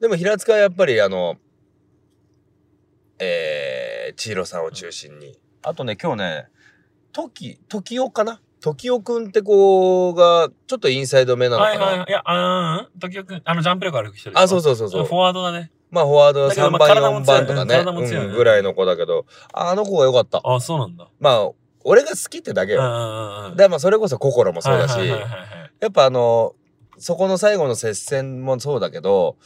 B: でも平塚はやっぱりあの、えー、千尋さんを中心に。あとね、今日ね、時、時代かな時代くんって子が、ちょっとインサイド目なの
C: は
B: か
C: いはい
B: な。
C: はい。いや、あーん。時々、あの、ジャンプ力ある人でしょ
B: あ、そうそうそうそう
C: フォ。ワードだね。
B: まあ、フォワード
C: だけど
B: 3
C: まあ
B: 番、
C: 体も
B: 4番とかね、
C: 強い体も強いよね
B: うんぐらいの子だけど、あの子が良かった。
C: あ、そうなんだ。
B: まあ、俺が好きってだけ
C: うんう
B: よ。
C: んうんうん。
B: だからまあ、それこそ心もそうだし、
C: はいはいはい
B: や
C: はいはい
B: っぱあの、そこの最後の接戦もそうだけど、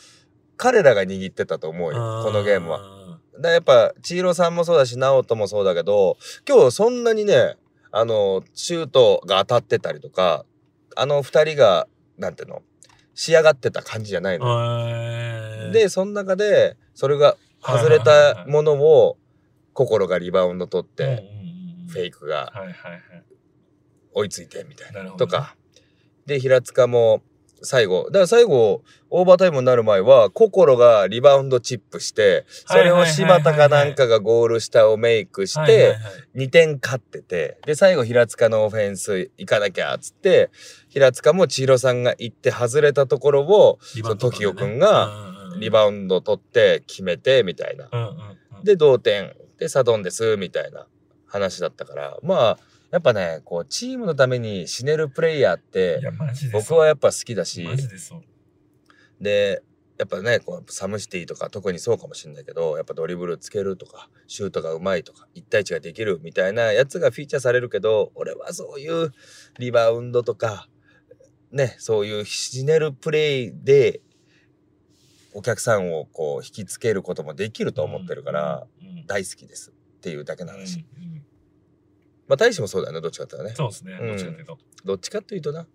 B: 彼らが握ってたと思うよ、このゲームは。
C: は。
B: だからやっぱ、千尋さんもそうだし、直人もそうだけど、今日そんなにね、あの、シュートが当たってたりとか、あの二人が、なんていうの、仕上がってた感じじゃないのよ。
C: えー、
B: で、その中で、それが外れ
C: はいはいはい
B: た
C: はい
B: ものを、心がリバウンド取っ
C: うんうん
B: て、
C: うんうん、
B: フェイクが
C: はいはいはい。
B: 追いついてみたい
C: なる
B: な。
C: ほど
B: とか。で、平塚も最後、だから最後、オーバータイムになる前は、心がリバウンドチップして、それを柴田かなんかがゴール下をメイクし
C: はいはい
B: て
C: はい、、
B: 2点勝ってて、で、最後平塚のオフェンス行かなきゃ、つって、平塚も千尋さんが行って外れたところを、
C: リ
B: その時代くん
C: う
B: が
C: んうんうん
B: リバウンド取って決めて、みたいな。
C: うんうんうん、
B: で同点でサドンですみたいな話だったからまあやっぱねこうチームのために死ねるプレイヤーっ
C: い
B: て
C: や、マジで
B: 僕
C: そう
B: はやっぱ好きだし
C: マジでそう。
B: でやっぱねこうサムシティとか特にそうかもしれないけどやっぱドリブルつけるとかシュートがうまいとか1対1ができるみたいなやつがフィーチャーされるけど俺はそういうリバウンドとかねそういう死ねるプレイでお客さんをこう引きつけることもできると思ってるから。
C: うん、うん
B: 大好きですっていうだけの話、
C: うんうん
B: まあ大使もそうだよねどっちかっていうとね
C: そうですね、
B: うん
C: どっちかというと。
B: どっちかっていうとな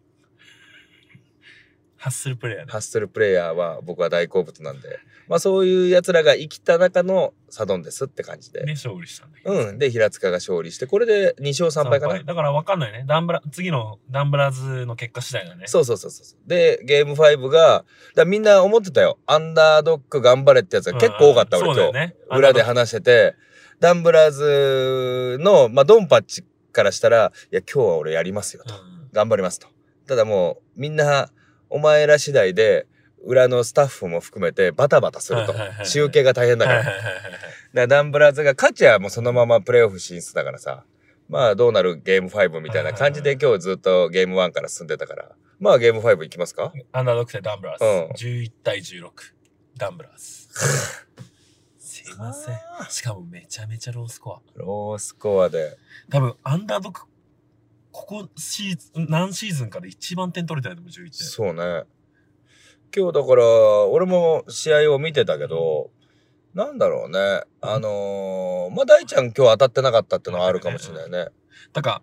C: ハッスルプレイヤーで。
B: ハッスルプレイヤーは僕は大好物なんで、まあそういう奴らが生きた中のサドンデスって感じで。
C: ね、勝利したんだけど。
B: うん。で、平塚が勝利して、これで2勝3敗かな。
C: だから分かんないね。ダンブラ、次のダンブラーズの結果次第だね。
B: そうそうそうそうそう。で、ゲーム5が、だみんな思ってたよ。アンダードック頑張れってやつが結構多かった、
C: うん
B: 俺
C: そうだ
B: 今日。
C: よね。
B: 裏で
C: あの
B: 話してて、ダンブラーズの、まあ、ドンパッチからしたら、いや、今日は俺やりますよと。
C: うん
B: 頑張りますと。ただもう、みんな、お前ら次第で、裏のスタッフも含めてバタバタすると
C: はいはいはいは。い
B: 集計が大変だから。
C: はい
B: だか
C: はいはいはいはい
B: らダンブラーズが勝ちはもうそのままプレイオフ進出だからさ。まあどうなるゲーム5みたいな感じ
C: は
B: で
C: い
B: 今日ずっとゲーム1から進んでたから。まあゲーム5いきますか
C: アンダードック対ダンブラ
B: うん
C: ーズ。11対16。ダンブラ ーズ。すいません。しかもめちゃめちゃロースコア。
B: ロースコアで。
C: 多分、アンダードック、ここシーズン、何シーズンかで一番点取れたよね、もう11点。
B: そうね。今日だから、俺も試合を見てたけど、なんだろうね。あのー、まあ、大ちゃん今日当たってなかったってのはあるかもしれないね。
C: だか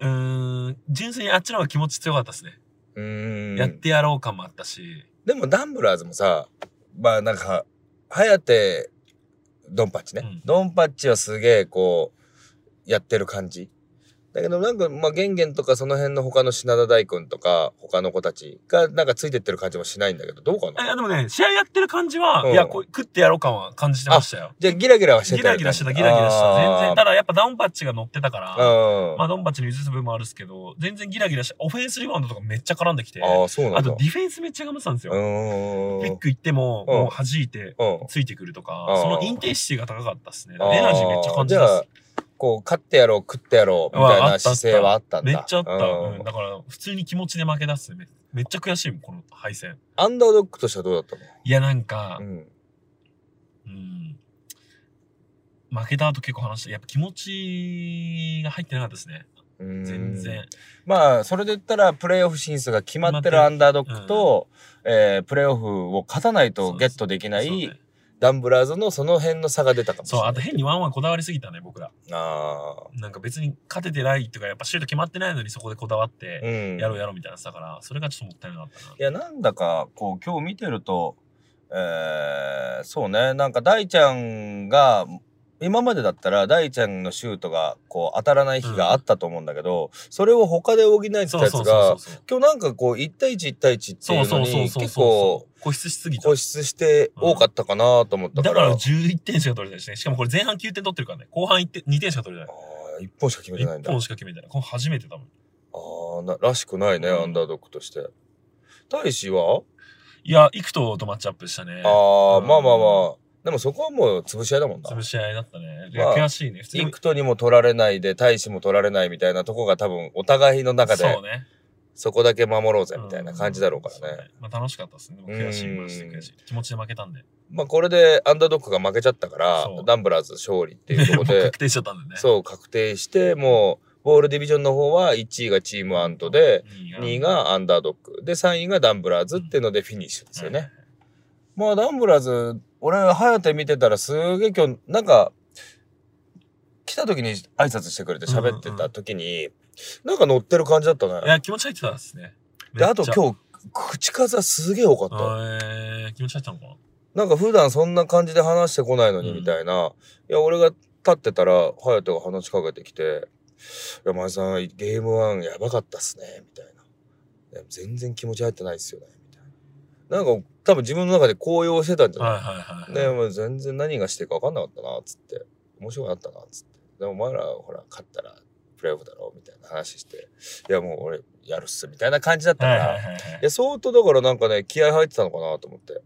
C: ら、うーん、純粋にあっちの方が気持ち強かったですね。
B: う
C: や
B: ー
C: っ
B: ん。
C: てやろう感もあったし、
B: でもダンブラーズもさ、まあなんか、はやて、ドンパッチね。
C: うん
B: ドンパッチはすげえこう、やってる感じ。だけどなんか、まあ、ゲンゲンとかその辺の他の品田大君とか、他の子たちがなんかついてってる感じもしないんだけど、どうか
C: い
B: な
C: やでもね、試合やってる感じは、
B: うん
C: いや、こう食ってやろう感は感じてましたよ。
B: じゃあギラギラはしてた
C: ギラギラしてた、ギラギラしてた。全然、ただやっぱダウンパッチが乗ってたから、
B: 然
C: まあダウンパッチに移す部分もあるんですけど、全然ギラギラして、オフェンスリバウンドとかめっちゃ絡んできて、
B: ああ、そうな
C: あ
B: んだ。
C: とディフェンスめっちゃ頑張ってたんです
B: う
C: よ。
B: ーん。
C: ピック行っても、
B: うん
C: もう弾いて、
B: うん。
C: ついてくるとか
B: うん、
C: そのインテンシティが高かったですね。
B: あー
C: エナジーめっちゃ感じ
B: じ
C: た
B: ゃ
C: っ
B: あこう、勝ってやろう、食ってやろう、み
C: うわ
B: たい
C: あ
B: な
C: ったあった
B: 姿勢はあったん
C: す。
B: だ。
C: めっちゃあった。
B: うん
C: うんだから、普通に気持ちで負け出すね。めめっちゃ悔しいもん、この敗戦。
B: アンダードックとしてはどうだった
C: いや、なんか
B: の、うん。
C: うん負けた後結構話して、やっぱ気持ちが入ってなかったですね。
B: うーん
C: 全然。。
B: まあ、それで言ったら、プレイオフ進出が決まってるアンダードックと、えープレイオフを勝たないとゲットできな
C: そう
B: い
C: ね、
B: ダンブラーズのその辺の差が出たかもし
C: そ
B: れ
C: う、
B: ない。
C: あと変にワンワンこだわりすぎたね、僕ら。
B: ああ。
C: なんか別に勝ててないっていうか、やっぱシュート決まってないのにそこでこだわって、
B: うん。。
C: やろうやろうみたいなさから、それがちょっともったいなかったない
B: や、なんだか、こう、今日見てると、えー、そうね、なんか大ちゃんが、今までだったら大ちゃんのシュートが、こう、当たらない日があったと思うんだけど、それを他で補えてたやつ
C: そうそうそ
B: が
C: う、そう。
B: 今日なんかこう、1対1、1対1ってい
C: そう
B: う
C: そ
B: の
C: うそう
B: に、
C: そう
B: 結
C: そ
B: 構、
C: う。固執しすぎた
B: 固。執して多かったかなと思ったか
C: だ
B: ら。
C: から11点しか取れてないしね。しかもこれ前半9点取ってるからね。後半1点2点しか取れて
B: あ
C: ない。
B: ー一本しか決めてないん
C: 1
B: だ。
C: 本しか決めてない。この初めてだもん。
B: あーな、らしくないね、
C: うん
B: アンダードックとして。大使はい
C: や、幾ととマッチアップしたね。
B: ああ、
C: うん
B: まあまあまあ。でもそこはもう潰し合いだもんな。
C: 潰し合いだったね。い
B: ま
C: や
B: あ
C: 悔しいね。普通
B: イ
C: に
B: ン。クトにも取られないで、大使も取られないみたいなとこが多分お互いの中で
C: そう、ね。
B: そこだけ守ろうぜみたいな感じだろうから
C: そ
B: ね。。
C: まあ楽しかったですね。でも悔しい、
B: うん
C: マジで悔しい。気持ちで負けたんで。
B: まあこれでアンダードックが負けちゃったから
C: そ、う
B: ダンブラーズ勝利っていうところ
C: もう
B: で
C: 確、定しちゃったんでね。
B: そう確定して、もう、ボールディビジョンの方は1位がチームアントで、
C: 2
B: 2位がアンダードック、で3位がダンブラーズっていうのでフィニッシュですよね。。まあ、ダンブラーズ、俺、ハヤテ見てたらすげえ今日、なんか、来た時に挨拶してくれて喋ってた時に、なんか乗ってる感じだった
C: い
B: ね。
C: や、気持ち入ってたんですね。
B: で、あと
C: 日。
B: 今日、口数すげえ多かった。
C: えー気持ち入ってたのかな
B: なんか普段そんな感じで話してこないのに
C: うん
B: みたいな。いや、俺が立ってたら、ハヤテが話しかけてきて、いや、前さん、ゲームワンやばかったっすね、みたいな。いや全然気持ち入ってないっすよね、みたいな。なんか、多分自分の中で高揚してたんじゃない
C: はいはいはい
B: で
C: はい。
B: もう全然何がしてるか分かんなかったなっつって面白かったなっつってでもお前らほら勝ったらプレーオフだろみたいな話していやもう俺やるっすみたいな感じだったか
C: はい
B: ら、
C: はいはい
B: い
C: はい。
B: や相当だからなんかね気合入ってたのかなと思って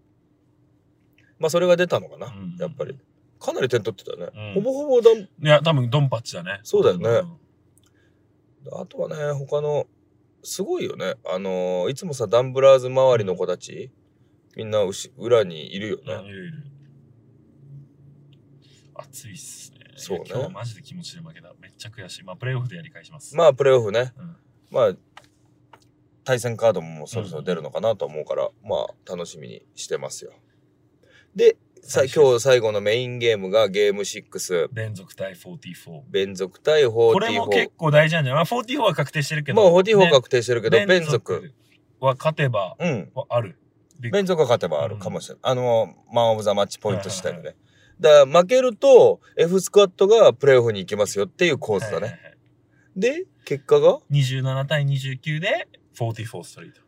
B: まあそれが出たのかな、
C: うん
B: やっぱりかなり点取ってたよね、
C: うん
B: ほぼほぼだん
C: いや、多分ドンパッチだね。
B: そうだよね
C: ん。
B: あとはね他のすごいよねあのーいつもさダンブラーズ周りの子たち、みんなうし裏にいるよね、
C: うんいるいる。熱いっすね。
B: そうね
C: いや今日マジで気持ちで負けた。めっちゃ悔しい。まあ、プレイオフでやり返します。
B: まあプレーオフね、
C: うん
B: まあ対戦カードももうそろそろ出るのかなと思うから、まあ楽しみにしてますよでさ
C: 最終
B: 今日最後のメインゲームがゲーム6
C: 連続対44。
B: 連続対44
C: これも結構大事なんじゃないまあ、44は確定してるけど。
B: まあ44
C: ね
B: 確定してるけど、連続
C: 連は勝てば、
B: うん。
C: はある。で
B: 連続が勝てばあるかもしれない。あの、マン・オブ・ザ・マッチポイントしたよ
C: はいは
B: ね。だから負けると F スクワットがプレーオフに行きますよっていう構図だ
C: はいは
B: ね。
C: いはい
B: で、結果が
C: 27対29で、44ストリート。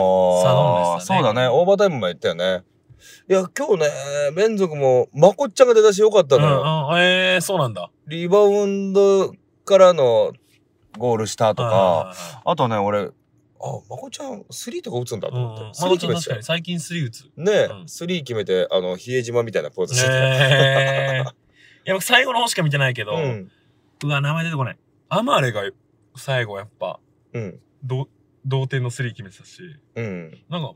B: ああ、そう
C: サドンデスだね
B: だね。オーバータイムもやったよね。いや、今日ね、連続も、まこっちゃんが出だしよかったのよ。
C: うんうん、えー、そうなんだ。
B: リバウンドからのゴールしたとか、
C: か。
B: あとね、俺、あ、まこちゃん、スリーとか打つんだと
C: うんうん。
B: 思
C: ま
B: って。スリ
C: こ
B: ー
C: ち
B: 決
C: ゃん
B: めて
C: 確
B: た
C: か
B: よ
C: に最近 スリー打つ。
B: ね
C: うん
B: スリー決めて、あの、比江島みたいなポーズしてたよ。
C: えー。いや、僕最後の方しか見てないけど、
B: う。
C: うんわ、名前出てこない。アマレが最後やっぱ、
B: うん。
C: 同同点のスリー決めてたし、
B: うん。
C: なんか、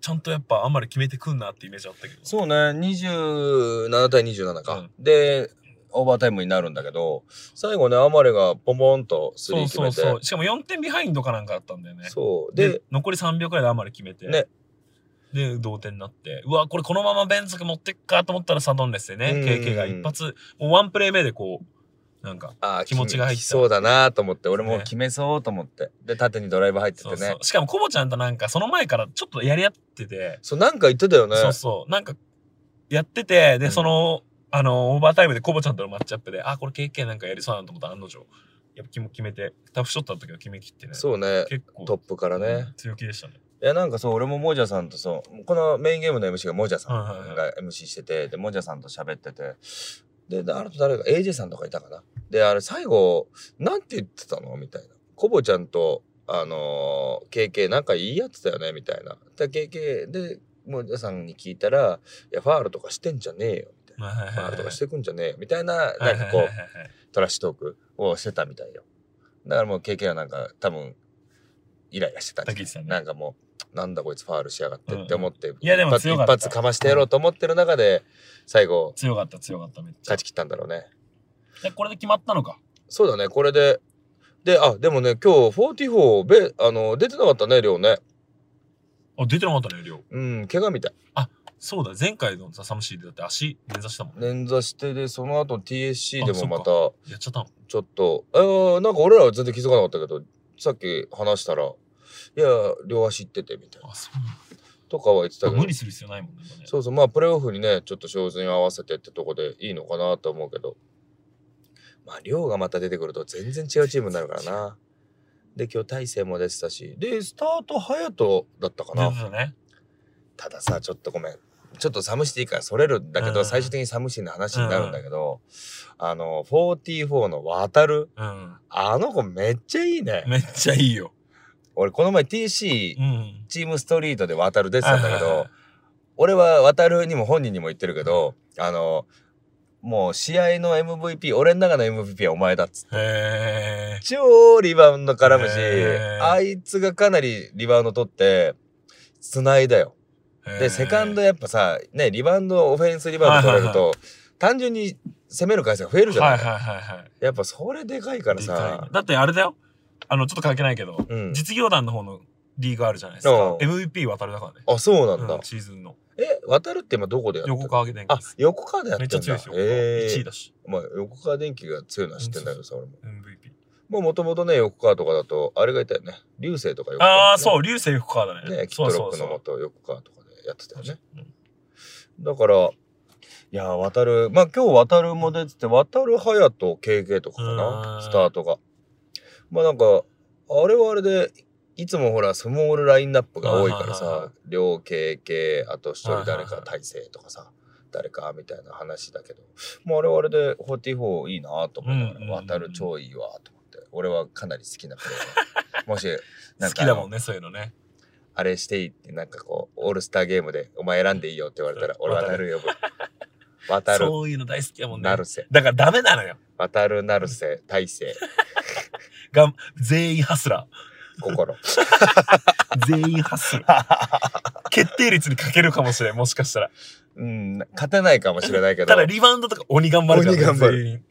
C: ちゃんとやっぱあんまり決めてくんなってイメージあったけど。
B: そうね、27対27か。で、オーバータイムになるんだけど、最後ね、アマレがポンポンとスリー決
C: そう
B: め
C: そうそ
B: て
C: う。。しかも4点ビハインドかなんかあったんだよね。
B: そう。
C: で
B: で、
C: 残り3秒くらいであまり決めて。
B: ね
C: で、同点になって。うわ、これこのままベンツが持ってっかと思ったらサドンレスでね、
B: うん
C: KK が一発、もうワンプレー目でこう、なんか、
B: あー
C: 気持ちが入った
B: 決めそうだなと思って、俺も
C: ね
B: 決めそうと思って。で、縦にドライブ入ってて
C: そ
B: ね。
C: う
B: そう
C: そう。しかもコボちゃんとなんかその前からちょっとやり合ってて、
B: なんか言ってたよね。
C: そうそう。なんか、やってて、で、
B: うん
C: その、あの、オーバータイムでコボちゃんとのマッチアップで、あ、これ KK なんかやりそうだなと思ったら案の定、やっぱ決め決めて、タフショットだったけど決め切ってね。
B: そうね。
C: 結構、
B: トップからね。
C: うん強気でしたね。
B: いや、なんかそう、俺もモジャさんとそう、このメインゲームの MC がモジャさ
C: はいはい
B: んが MC してて、で、モジャさんと喋ってて、で、であれと誰か、AJ さんとかいたかな。で、あれ最後、なんて言ってたのみたいな。コボちゃんと、あのー、KK なんかいいやつだよねみたいな。で、KK で、モジャさんに聞いたら、いや、ファールとかしてんじゃねえよ。みたいな。
C: はいはいはい
B: ファールとかしてくんじゃねえよ。みたいな、
C: は
B: ないん
C: は
B: か
C: い
B: こ
C: は
B: う
C: い、はい
B: トラッシュトークをしてたみたいよ。だからもう KK はなんか多分イライラしてたんじゃない
C: 竹内さんね
B: なんかもうなんだこいつファールしやがって
C: うんうん
B: って思って、
C: いやでも
B: 一発
C: 強かった
B: 一発かましてやろうと思ってる中で最後
C: 強かった強かっためっちゃ
B: 勝ち切ったんだろうね。
C: でこれで決まったのか
B: そうだねこれでであでもね今日44べあの出てなかったね亮ね。
C: あ出てなかったね量
B: うん怪我みたい。
C: そうだ前回のさサムシーでだって足捻挫したもんね
B: 捻挫してでその後 TSC で
C: あそ
B: も
C: っか
B: また
C: やっちゃったもん
B: ちょっとあーなんか俺らは全然気づかなかったけどさっき話したらいや両足行っててみたいな
C: あそうなんだ
B: とかは言ってたけど
C: 無理する必要ないもんね今ね
B: そうそう、まあ、プレーオフにね、ちょっと照準合わせてってとこでいいのかなと思うけど、まあ、量がまた出てくると全然違うチームになるからな。で、今日大勢も出てたし、で、スタート、隼人だったか
C: 出
B: な
C: て。たね
B: たださ、ちょっとごめん。ちょっとサムシティからそれるんだけ
C: う
B: ど、
C: ん
B: 最終的にサムシティの話になるんだけど、あの、44の渡る、
C: うん
B: あの子めっちゃいいね。
C: めっちゃいいよ
B: 俺、この前 TC
C: うん
B: チームストリートで渡る出てたんだけ
C: はいはい
B: ど
C: はい、
B: 俺は渡るにも本人にも言ってるけど、あの、もう試合の MVP、俺の中の MVP はお前だっつって。
C: へえ
B: 超リバウンド絡むし
C: へ、ー
B: あいつがかなりリバウンド取って、繋いだよ。で、セカンドやっぱさ、ね、リバウンド、オフェンスリバウンド取れる
C: は
B: と、単純に攻める回数が増えるじゃない、
C: はいはいはいはい
B: やっぱそれでかいから
C: でかいね
B: さ、
C: だってあれだよあのちょっと関係ないけど
B: うん。
C: 実業団の方のリーグあるじゃないですか
B: うん
C: MVP 渡るだからね
B: あ、そうなんだ。
C: うんシーズンの
B: え、渡るって今どこでやってる
C: 横川家電機
B: あ、横川でやって
C: め
B: る
C: っ
B: ん
C: ち
B: だ
C: ゃ強いですよ
B: えー
C: 1位だし
B: まあ、横川電機が強いのは知ってんだけどさ、俺も。
C: MVP
B: まあ、もともとね、横川とかだと、あれがいたよね。流星とか横川、
C: ああ
B: う。
C: そう流星横川だね
B: ね、キッ
C: そう
B: トロ
C: そ
B: ッ
C: う
B: ク
C: そ
B: の
C: う
B: 元横川とかでやってたよね。だから、いやー、渡る、まあ今日渡るも出てて、渡る隼人 KK とかか
C: うーん
B: な、スタートが。まあなんか、あれはあれで、いつもほら、スモールラインナップが多いから
C: はいはいはいは
B: さ、両 KK、あと一人
C: はい
B: 誰
C: はいは
B: か大
C: い
B: 勢とかさ、誰かみたいな話だけど、まああれはあれで44いいなと思いなが
C: うんうん
B: ら、
C: うんうん
B: 渡る超いいわと思って、俺はかなり好きなプレーヤー。もし、
C: 好
B: なんか
C: きだもんね、そういうのね。
B: あれしていいって、なんかこう、オールスターゲームで、お前選んでいいよって言われたら、
C: うん
B: 俺渡る呼ぶ。渡る、
C: そういうの大好きだもんね。
B: なるせ、
C: だからダメなのよ。
B: 渡るなるせ、大勢、
C: がん全員ハスラ
B: 心。
C: ー。全員ハスラ ー。決定率に欠けるかもしれん、もしかしたら。
B: うん、勝てないかもしれないけど。
C: ただリバウンドとか鬼頑張るから、ね、
B: 鬼頑張る
C: 全員。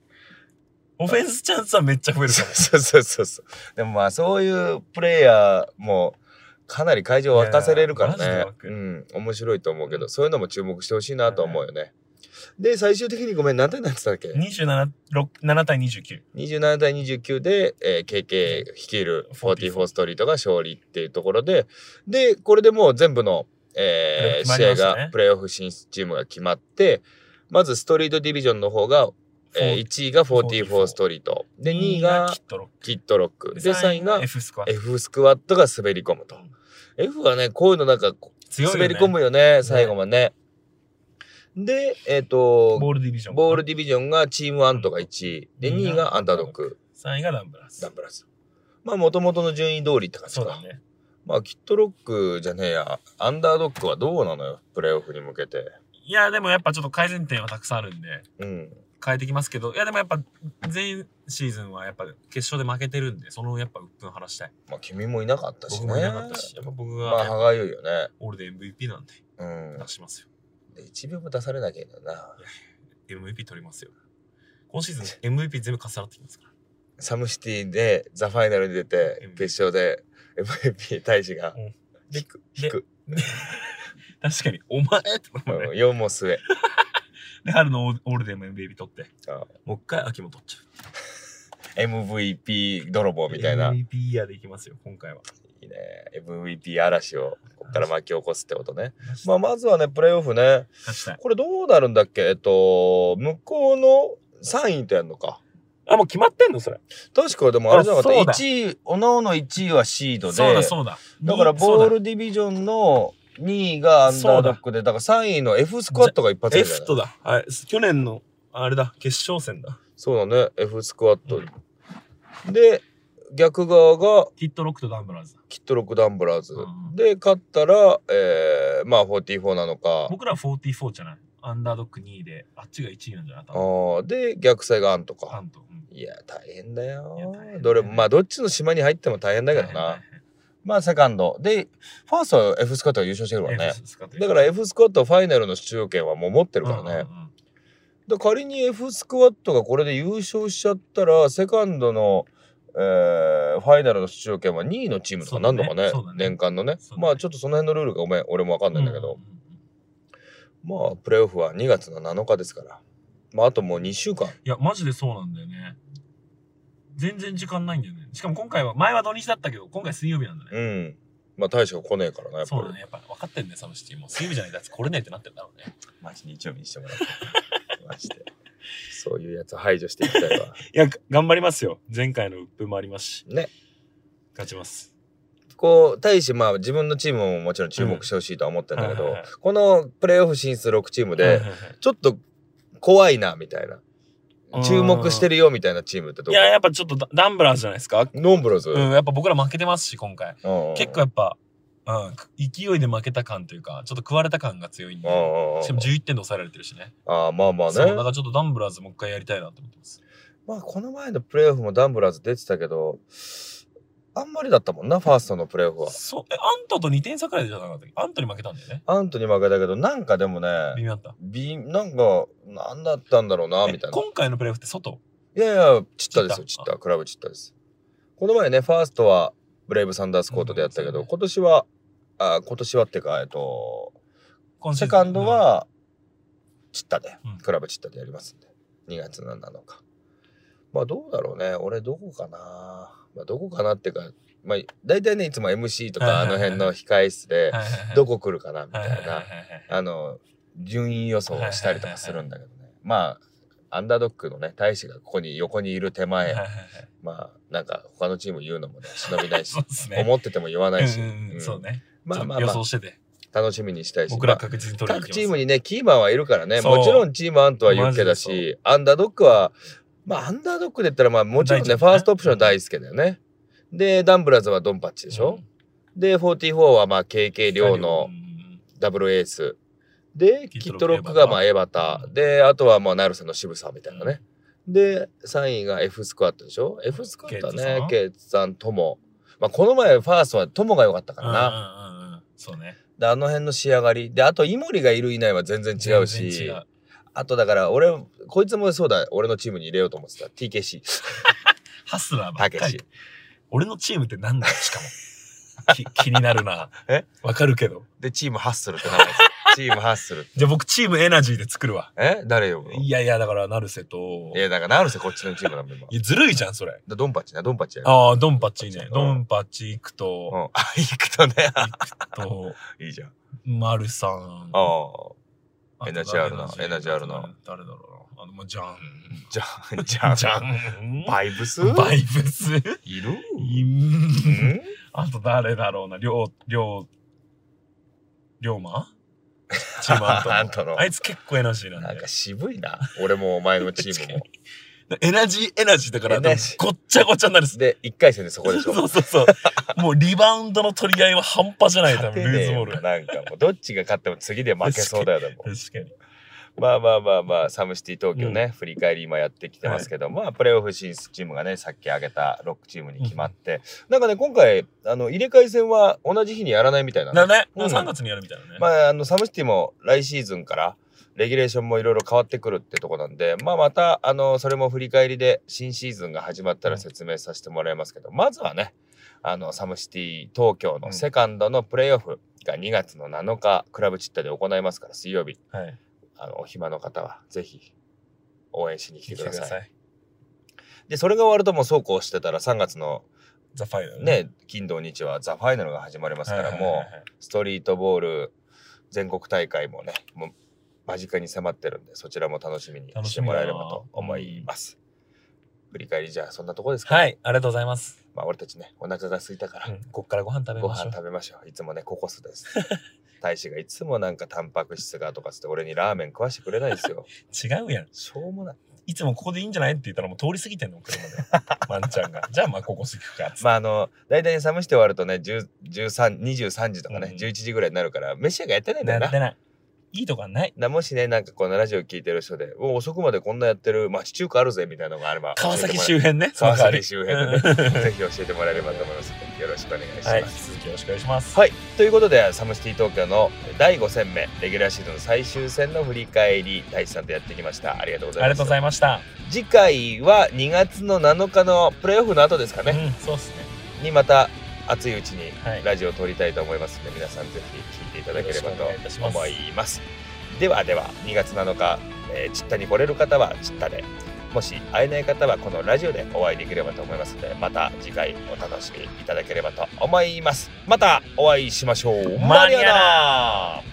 C: オフェンスチャンスはめっちゃ増えるか
B: そうそうそうそう。でもまあ、そういうプレイヤーも、かなり会場を沸かせれるから
C: いやい
B: ね
C: やマ。ジで
B: う
C: 沸
B: ん、面白いと思うけど、そういうのも注目してほしいなと思うよね。で、最終的にごめん、何対何って言ったっけ
C: 27 6 7対29。
B: ?27 対29で、えー KK 率いる44ストリートが勝利っていうところで、で、これでもう全部の、えー
C: プ
B: 試
C: レー
B: 合
C: オフ決まりましたね
B: が、プレーオフ進出チームが決まって、まずストリートディビジョンの方が、えー1位が44ストリート。で、2位が
C: キットロッ
B: キッドロック。
C: ク。
B: で、3位が
C: F スコア。
B: F スクワットが滑り込むと。F はね、こういうのなんか、
C: 強いよね
B: 滑り込むよね、最後までね。で、えっ、と、
C: ボールディビジョン。
B: ボールディビジョンがチームアントが1位。で、
C: うん
B: 2位がアンダードック、
C: 3位がランブラス
B: ダン。ブラス。まあ、もともとの順位通りって感じ
C: そう
B: か
C: だ。ね。
B: まあ、キットロックじゃねえや、アンダードックはどうなのよ、プレーオフに向けて。
C: いや、でもやっぱちょっと改善点はたくさんあるんで、
B: うん。
C: 変えてきますけど、いや、でもやっぱ、前シーズンはやっぱ決勝で負けてるんで、そのやっぱ鬱憤晴らしたい。
B: まあ、君もいなかったしね。
C: 僕もいなかったし、やっぱ僕
B: まあ、歯
C: が
B: がゆいよね。
C: オールで MVP なんで
B: うん。
C: 出しますよ。
B: で1秒も出されなきゃいけないな。
C: MVP 取りますよ。今シーズン MVP 全部重なってきますか
B: サムシティでザ・ファイナルに出て
C: うん、
B: 決勝で MVP 大使が
C: うん、
B: 引く、
C: で
B: 引く。
C: ら。確かに、お前って思うね
B: うん四も末。
C: で、春のオーオールデンも MVP 取って
B: あ、
C: もう一回秋も取っちゃ
B: MVP 泥棒
C: う。
B: みたいな。
C: MVP イヤーでいきますよ、今回は。
B: いいね。MVP 嵐をここから巻き起こすってことね。まあ、まずはね、プレーオフね。
C: 勝ちたい。
B: これどうなるんだっけえっと、向こうの3位とやるのか。
C: あ、もう決まってんのそれ。
B: 確かでもあれじゃなかった。
C: あそうだ
B: 1位、おのおの1位はシードで。
C: そうだ、そうだ。
B: だから、ボー
C: ル
B: ルディビジョンの2位がアンダードックで、だから3位の F スクワットが一発目じゃ
C: F
B: ない
C: とだ。はい。去年の、あれだ、決勝戦だ。
B: そうだね、F スクワット。で、逆側が
C: キットロックとダンブラーズだ。
B: キットロックダンブラーズ。
C: うん
B: で、勝ったら、えー、まあ44なのか。
C: 僕らは44じゃない。アンダードック2位で、あっちが1位なんじゃなか
B: あ
C: った
B: ーで、逆サイがアンと
C: ア
B: か。
C: ンと。うん
B: いや、大変だよ
C: いや大変だ。ね
B: どれも、まあどっちの島に入っても大変だけど
C: はいはい
B: な。まあセカンド。で、ファーストは F スクワットが優勝してるか
C: はい
B: らね
C: F。ス使って
B: だから F スクワットはファイナルの出場権はもう持ってるからね。
C: うんうんうん
B: で仮に F スクワットがこれで優勝しちゃったらセカンドの、えーファイナルの出場権は2位のチームとかなんのかね
C: そうだねそうだね
B: 年間のね
C: そうだね
B: まあちょっとその辺のルールがごめん俺もわかんないんだけど、まあプレーオフは2月の7日ですからまああともう2週間
C: いやマジでそうなんだよね全然時間ないんだよねしかも今回は前は土日だったけど今回水曜日なんだね、
B: うんまあ大将来ねえからなやっぱ
C: そうだ
B: り、
C: ねやっぱ分かってんねサムシティもう水曜日じゃないとあいつ来れねえってなってんだろうね
B: マジ日曜日にしてもらって マジでそういうやつ排除していきたいわ
C: いや頑張りますよ前回の鬱憤もありますし
B: ね
C: 勝ちます
B: こう対しまあ自分のチームももちろん注目してほしいとは思ってんだけ
C: うん
B: ど
C: はいはいはい
B: このプレーオフ進出6チームで、
C: はいはいはい
B: ちょっと怖いなみたいな
C: うん
B: 注目してるよみたいなチームってど
C: い
B: こ
C: ややっぱちょっとダダンブラーズじゃないですか
B: ノンブロズ、
C: うんやっぱ僕ら負けてますし今回結構や
B: っ
C: っぱ、うん、勢いで負けた感というかちょっと食われた感が強いんでしかも11点で抑えられてるしね
B: ああまあまあ
C: そうだか
B: ね
C: らちょっとダンブラーズもう一回やりたいなと思ってます
B: まあこの前のプレーオフもダンブラーズ出てたけどあんまりだったもんなファーストのプレーオフは
C: そう、え、アントと2点差くらいじゃなかったっけアントに負けたんだよね。
B: アントに負けたけどなんかでもね
C: 微妙だった。
B: ビなんかなんだったんだろうなみた
C: え
B: いな
C: 今回のプレーオフって外
B: いやいやちったですよ
C: チ
B: ち
C: ッタ
B: ったクラブちったですこの前ねファーストはブレイブサンダースコートでやったけど、
C: うん
B: 今年はあ今年はってかえっと
C: 今シー
B: セ
C: ズ
B: カンド、は、チッタで、
C: うん
B: クラブチッタでやりますんで、2月7日。まあどうだろうね、俺どこかな。まあどこかなってか、まあ大体ね、いつも MC とか
C: は
B: あ
C: い
B: の
C: はいはい
B: 辺の控え室で、
C: はいはいはい
B: どこ来るかなみ
C: は
B: た
C: い
B: い
C: はいはい
B: な、
C: はい
B: あの、順位予想をしたりとかするんだけどね。まあ、アンダードックのね、大使がここに横にいる手
C: はい
B: 前
C: はい、はい
B: まあなんか他のチーム言うのもね、忍びないし
C: そ、うですね。
B: 思ってても言わないし、
C: うんうんう
B: うんん
C: そうね。
B: まあまあ
C: ちょ
B: ま
C: っと予
B: あ
C: 想してて、
B: 楽しみにしたいし、
C: 僕ら
B: まあ
C: 確実に取りに行
B: 各
C: きます
B: チームにね、キーマンはいるからね、
C: そう
B: もちろんチームアントはユッケだ
C: マジ
B: し、アンダードックは、まあ、アンダードックで言ったら、まあ、もちろんね、
C: 大
B: フ
C: 丈夫ね
B: ァーストオプションは大輔だよね。で、ダンブラーズはドンパッチでしょ。で、44は、まあ、
C: う
B: KK
C: ん
B: 両の
C: うんうん
B: ダブルエース。で、
C: キ
B: キ
C: ッ
B: ッ
C: ド
B: ト
C: ロ
B: ロ
C: ッ
B: ッ
C: ク
B: ク
C: が
B: が、
C: ま
B: ま
C: あ
B: あ、エバタ。で、あとは、まあ、ナルセの渋さみたいなね。で、3位が F スクワットでしょ。F スクワットはね、
C: ケ
B: ケイツさん、トモ。まあ、この前、ファーストはトモが良かったからな。
C: うんうんうんうん。そうね。
B: で、あの辺の仕上がり。で、あと、イモリがいるいないは全然違うし。
C: 全然違う
B: あとだから俺、こいつもそうだ、俺のチームに入れようと思ってた。TKC。
C: ハスラーば
B: た
C: っ
B: け
C: か
B: し
C: り。。俺のチームって何なのしかも。き気になるな。
B: え
C: わかるけど。
B: で、チームハッスルって名前ですチームハッスル。
C: じゃあ僕チームエナジーで作るわ。
B: え誰呼ぶの
C: いやいや、だから、成瀬と
B: い。や、だから、なるせ、こっちのチームだもん、今。
C: いやずるいじゃん、それ。
B: だドンパチな、ドンパチやる。
C: ああ、ドンパチ
B: う。
C: ね
B: ん
C: ドンパチ行く
B: う
C: と、
B: ん。あ、行くとね、あ
C: と、
B: いいじゃん。
C: マルさん。
B: あ
C: あ
B: あ。
C: と
B: エナジーあるなエナジーあるな。
C: 誰だろうな。あの、まあ、じゃん。
B: じゃん、じゃん。
C: じゃん。
B: バイブス
C: バイブス。
B: いる
C: い
B: うんん
C: あと誰だろうな、りょう、りょう、りょうまチームアン トの
B: アントの
C: あいつ結構エナジーなん
B: な
C: だ
B: ん
C: よ
B: か。渋いな。俺もお前のチームも。
C: エナジー、エナジーだから、
B: エ
C: で
B: ナ
C: も
B: ジー
C: ごっちゃごちゃになるっす。
B: で、一回戦でそこ
C: そ
B: で
C: う
B: しょ。
C: そうそう。もうリバウンドの取り合いは半端じゃない、多
B: 勝て
C: 分、ルー
B: ねえ
C: ズボ
B: よ
C: ール。確
B: なんかもうどっちが勝っても次で負けそうだよでも
C: かに。
B: まあまあまあまあサムシティ東京ね、振り返り今やってきてますけど、まあプレーオフ進出チームがねさっき挙げた6チームに決まって、なんかね今回あの入れ替え戦は同じ日にやらないみたいなの
C: だね。
B: うん
C: 3月にやるみたいなね。
B: まあ、あのサムシティも来シーズンからレギュレーションもいろいろ変わってくるってとこなんで、まあ、またあのそれも振り返りで新シーズンが始まったら説明させてもらいますけど、まずはねあのサムシティ東京のセカンドのプレーオフが2月の7日クラブチッタで行いますから水曜日
C: はい。
B: あのお暇の方はぜひ応援しに来
C: 来
B: て
C: て
B: く
C: く
B: だ
C: だ
B: さい。
C: さい。
B: でそれが終わるともうそうこうしてたら3月の
C: ザ・ファイナル。
B: ね金土日はザ・ファイナルが始まります
C: はい
B: か
C: はいはい
B: らも
C: はい、
B: う。ストリートボール全国大会もね、もう間近に迫ってるんで、そちらも楽しみにしてもらえればと思います。振り返りじゃあそんなとこですか、
C: はい、ありがとうございます。
B: まあ俺たちね、お腹が空いたから、
C: うんこっからご飯食べ
B: ご
C: ましょ
B: 飯
C: う。
B: 食べましょう。いつもね、ココスです。大使がいつもなんかタンパク質がとかつって俺にラーメン食わしてくれないです よ。
C: 違うやん。
B: しょうもない。
C: いつもここでいいんじゃないって言ったらもう通り過ぎてんの、車 で。ワンちゃんが。じゃあまあここ過ぎか。つって
B: まああの、大体寒して終わるとね、10 13 23時とかね、
C: うん
B: 11時ぐらいになるから、飯屋がやってないんだよ
C: や
B: な
C: っ。てない。いいとこはない。
B: なもしねなんかこのラジオ聞いてる人で「もう遅くまでこんなやってる町中華あるぜ」みたいなのがあれば
C: 川崎
B: 教え
C: 周辺ね。
B: てもらえ川崎周辺でね
C: で
B: ぜひ教えてもらえればと思いますのでよろしくお願いします。
C: はい、引き続きよろしくお願いします。
B: はい、ということでサムシティ東京の第5戦目レギュラーシーズン最終戦の振り返り大地さんとやってきましたありがとうご
C: あり
B: ざい
C: が
B: ま
C: とうご
B: す
C: ざいました。
B: 次回は2月の7日のプレーオフの後ですかね、
C: うん、そうですね。
B: にまた熱いうちに
C: はい
B: ラジオを撮りたいと思いますので、皆さんぜひ聞いていただければと
C: よろしくお願いいたします
B: 思いますではでは2月7日、えー、チッタに来れる方はチッタでもし会えない方はこのラジオでお会いできればと思いますのでまた次回お楽しみいただければと思いますまたお会いしましょう
C: マリアナ
B: ナ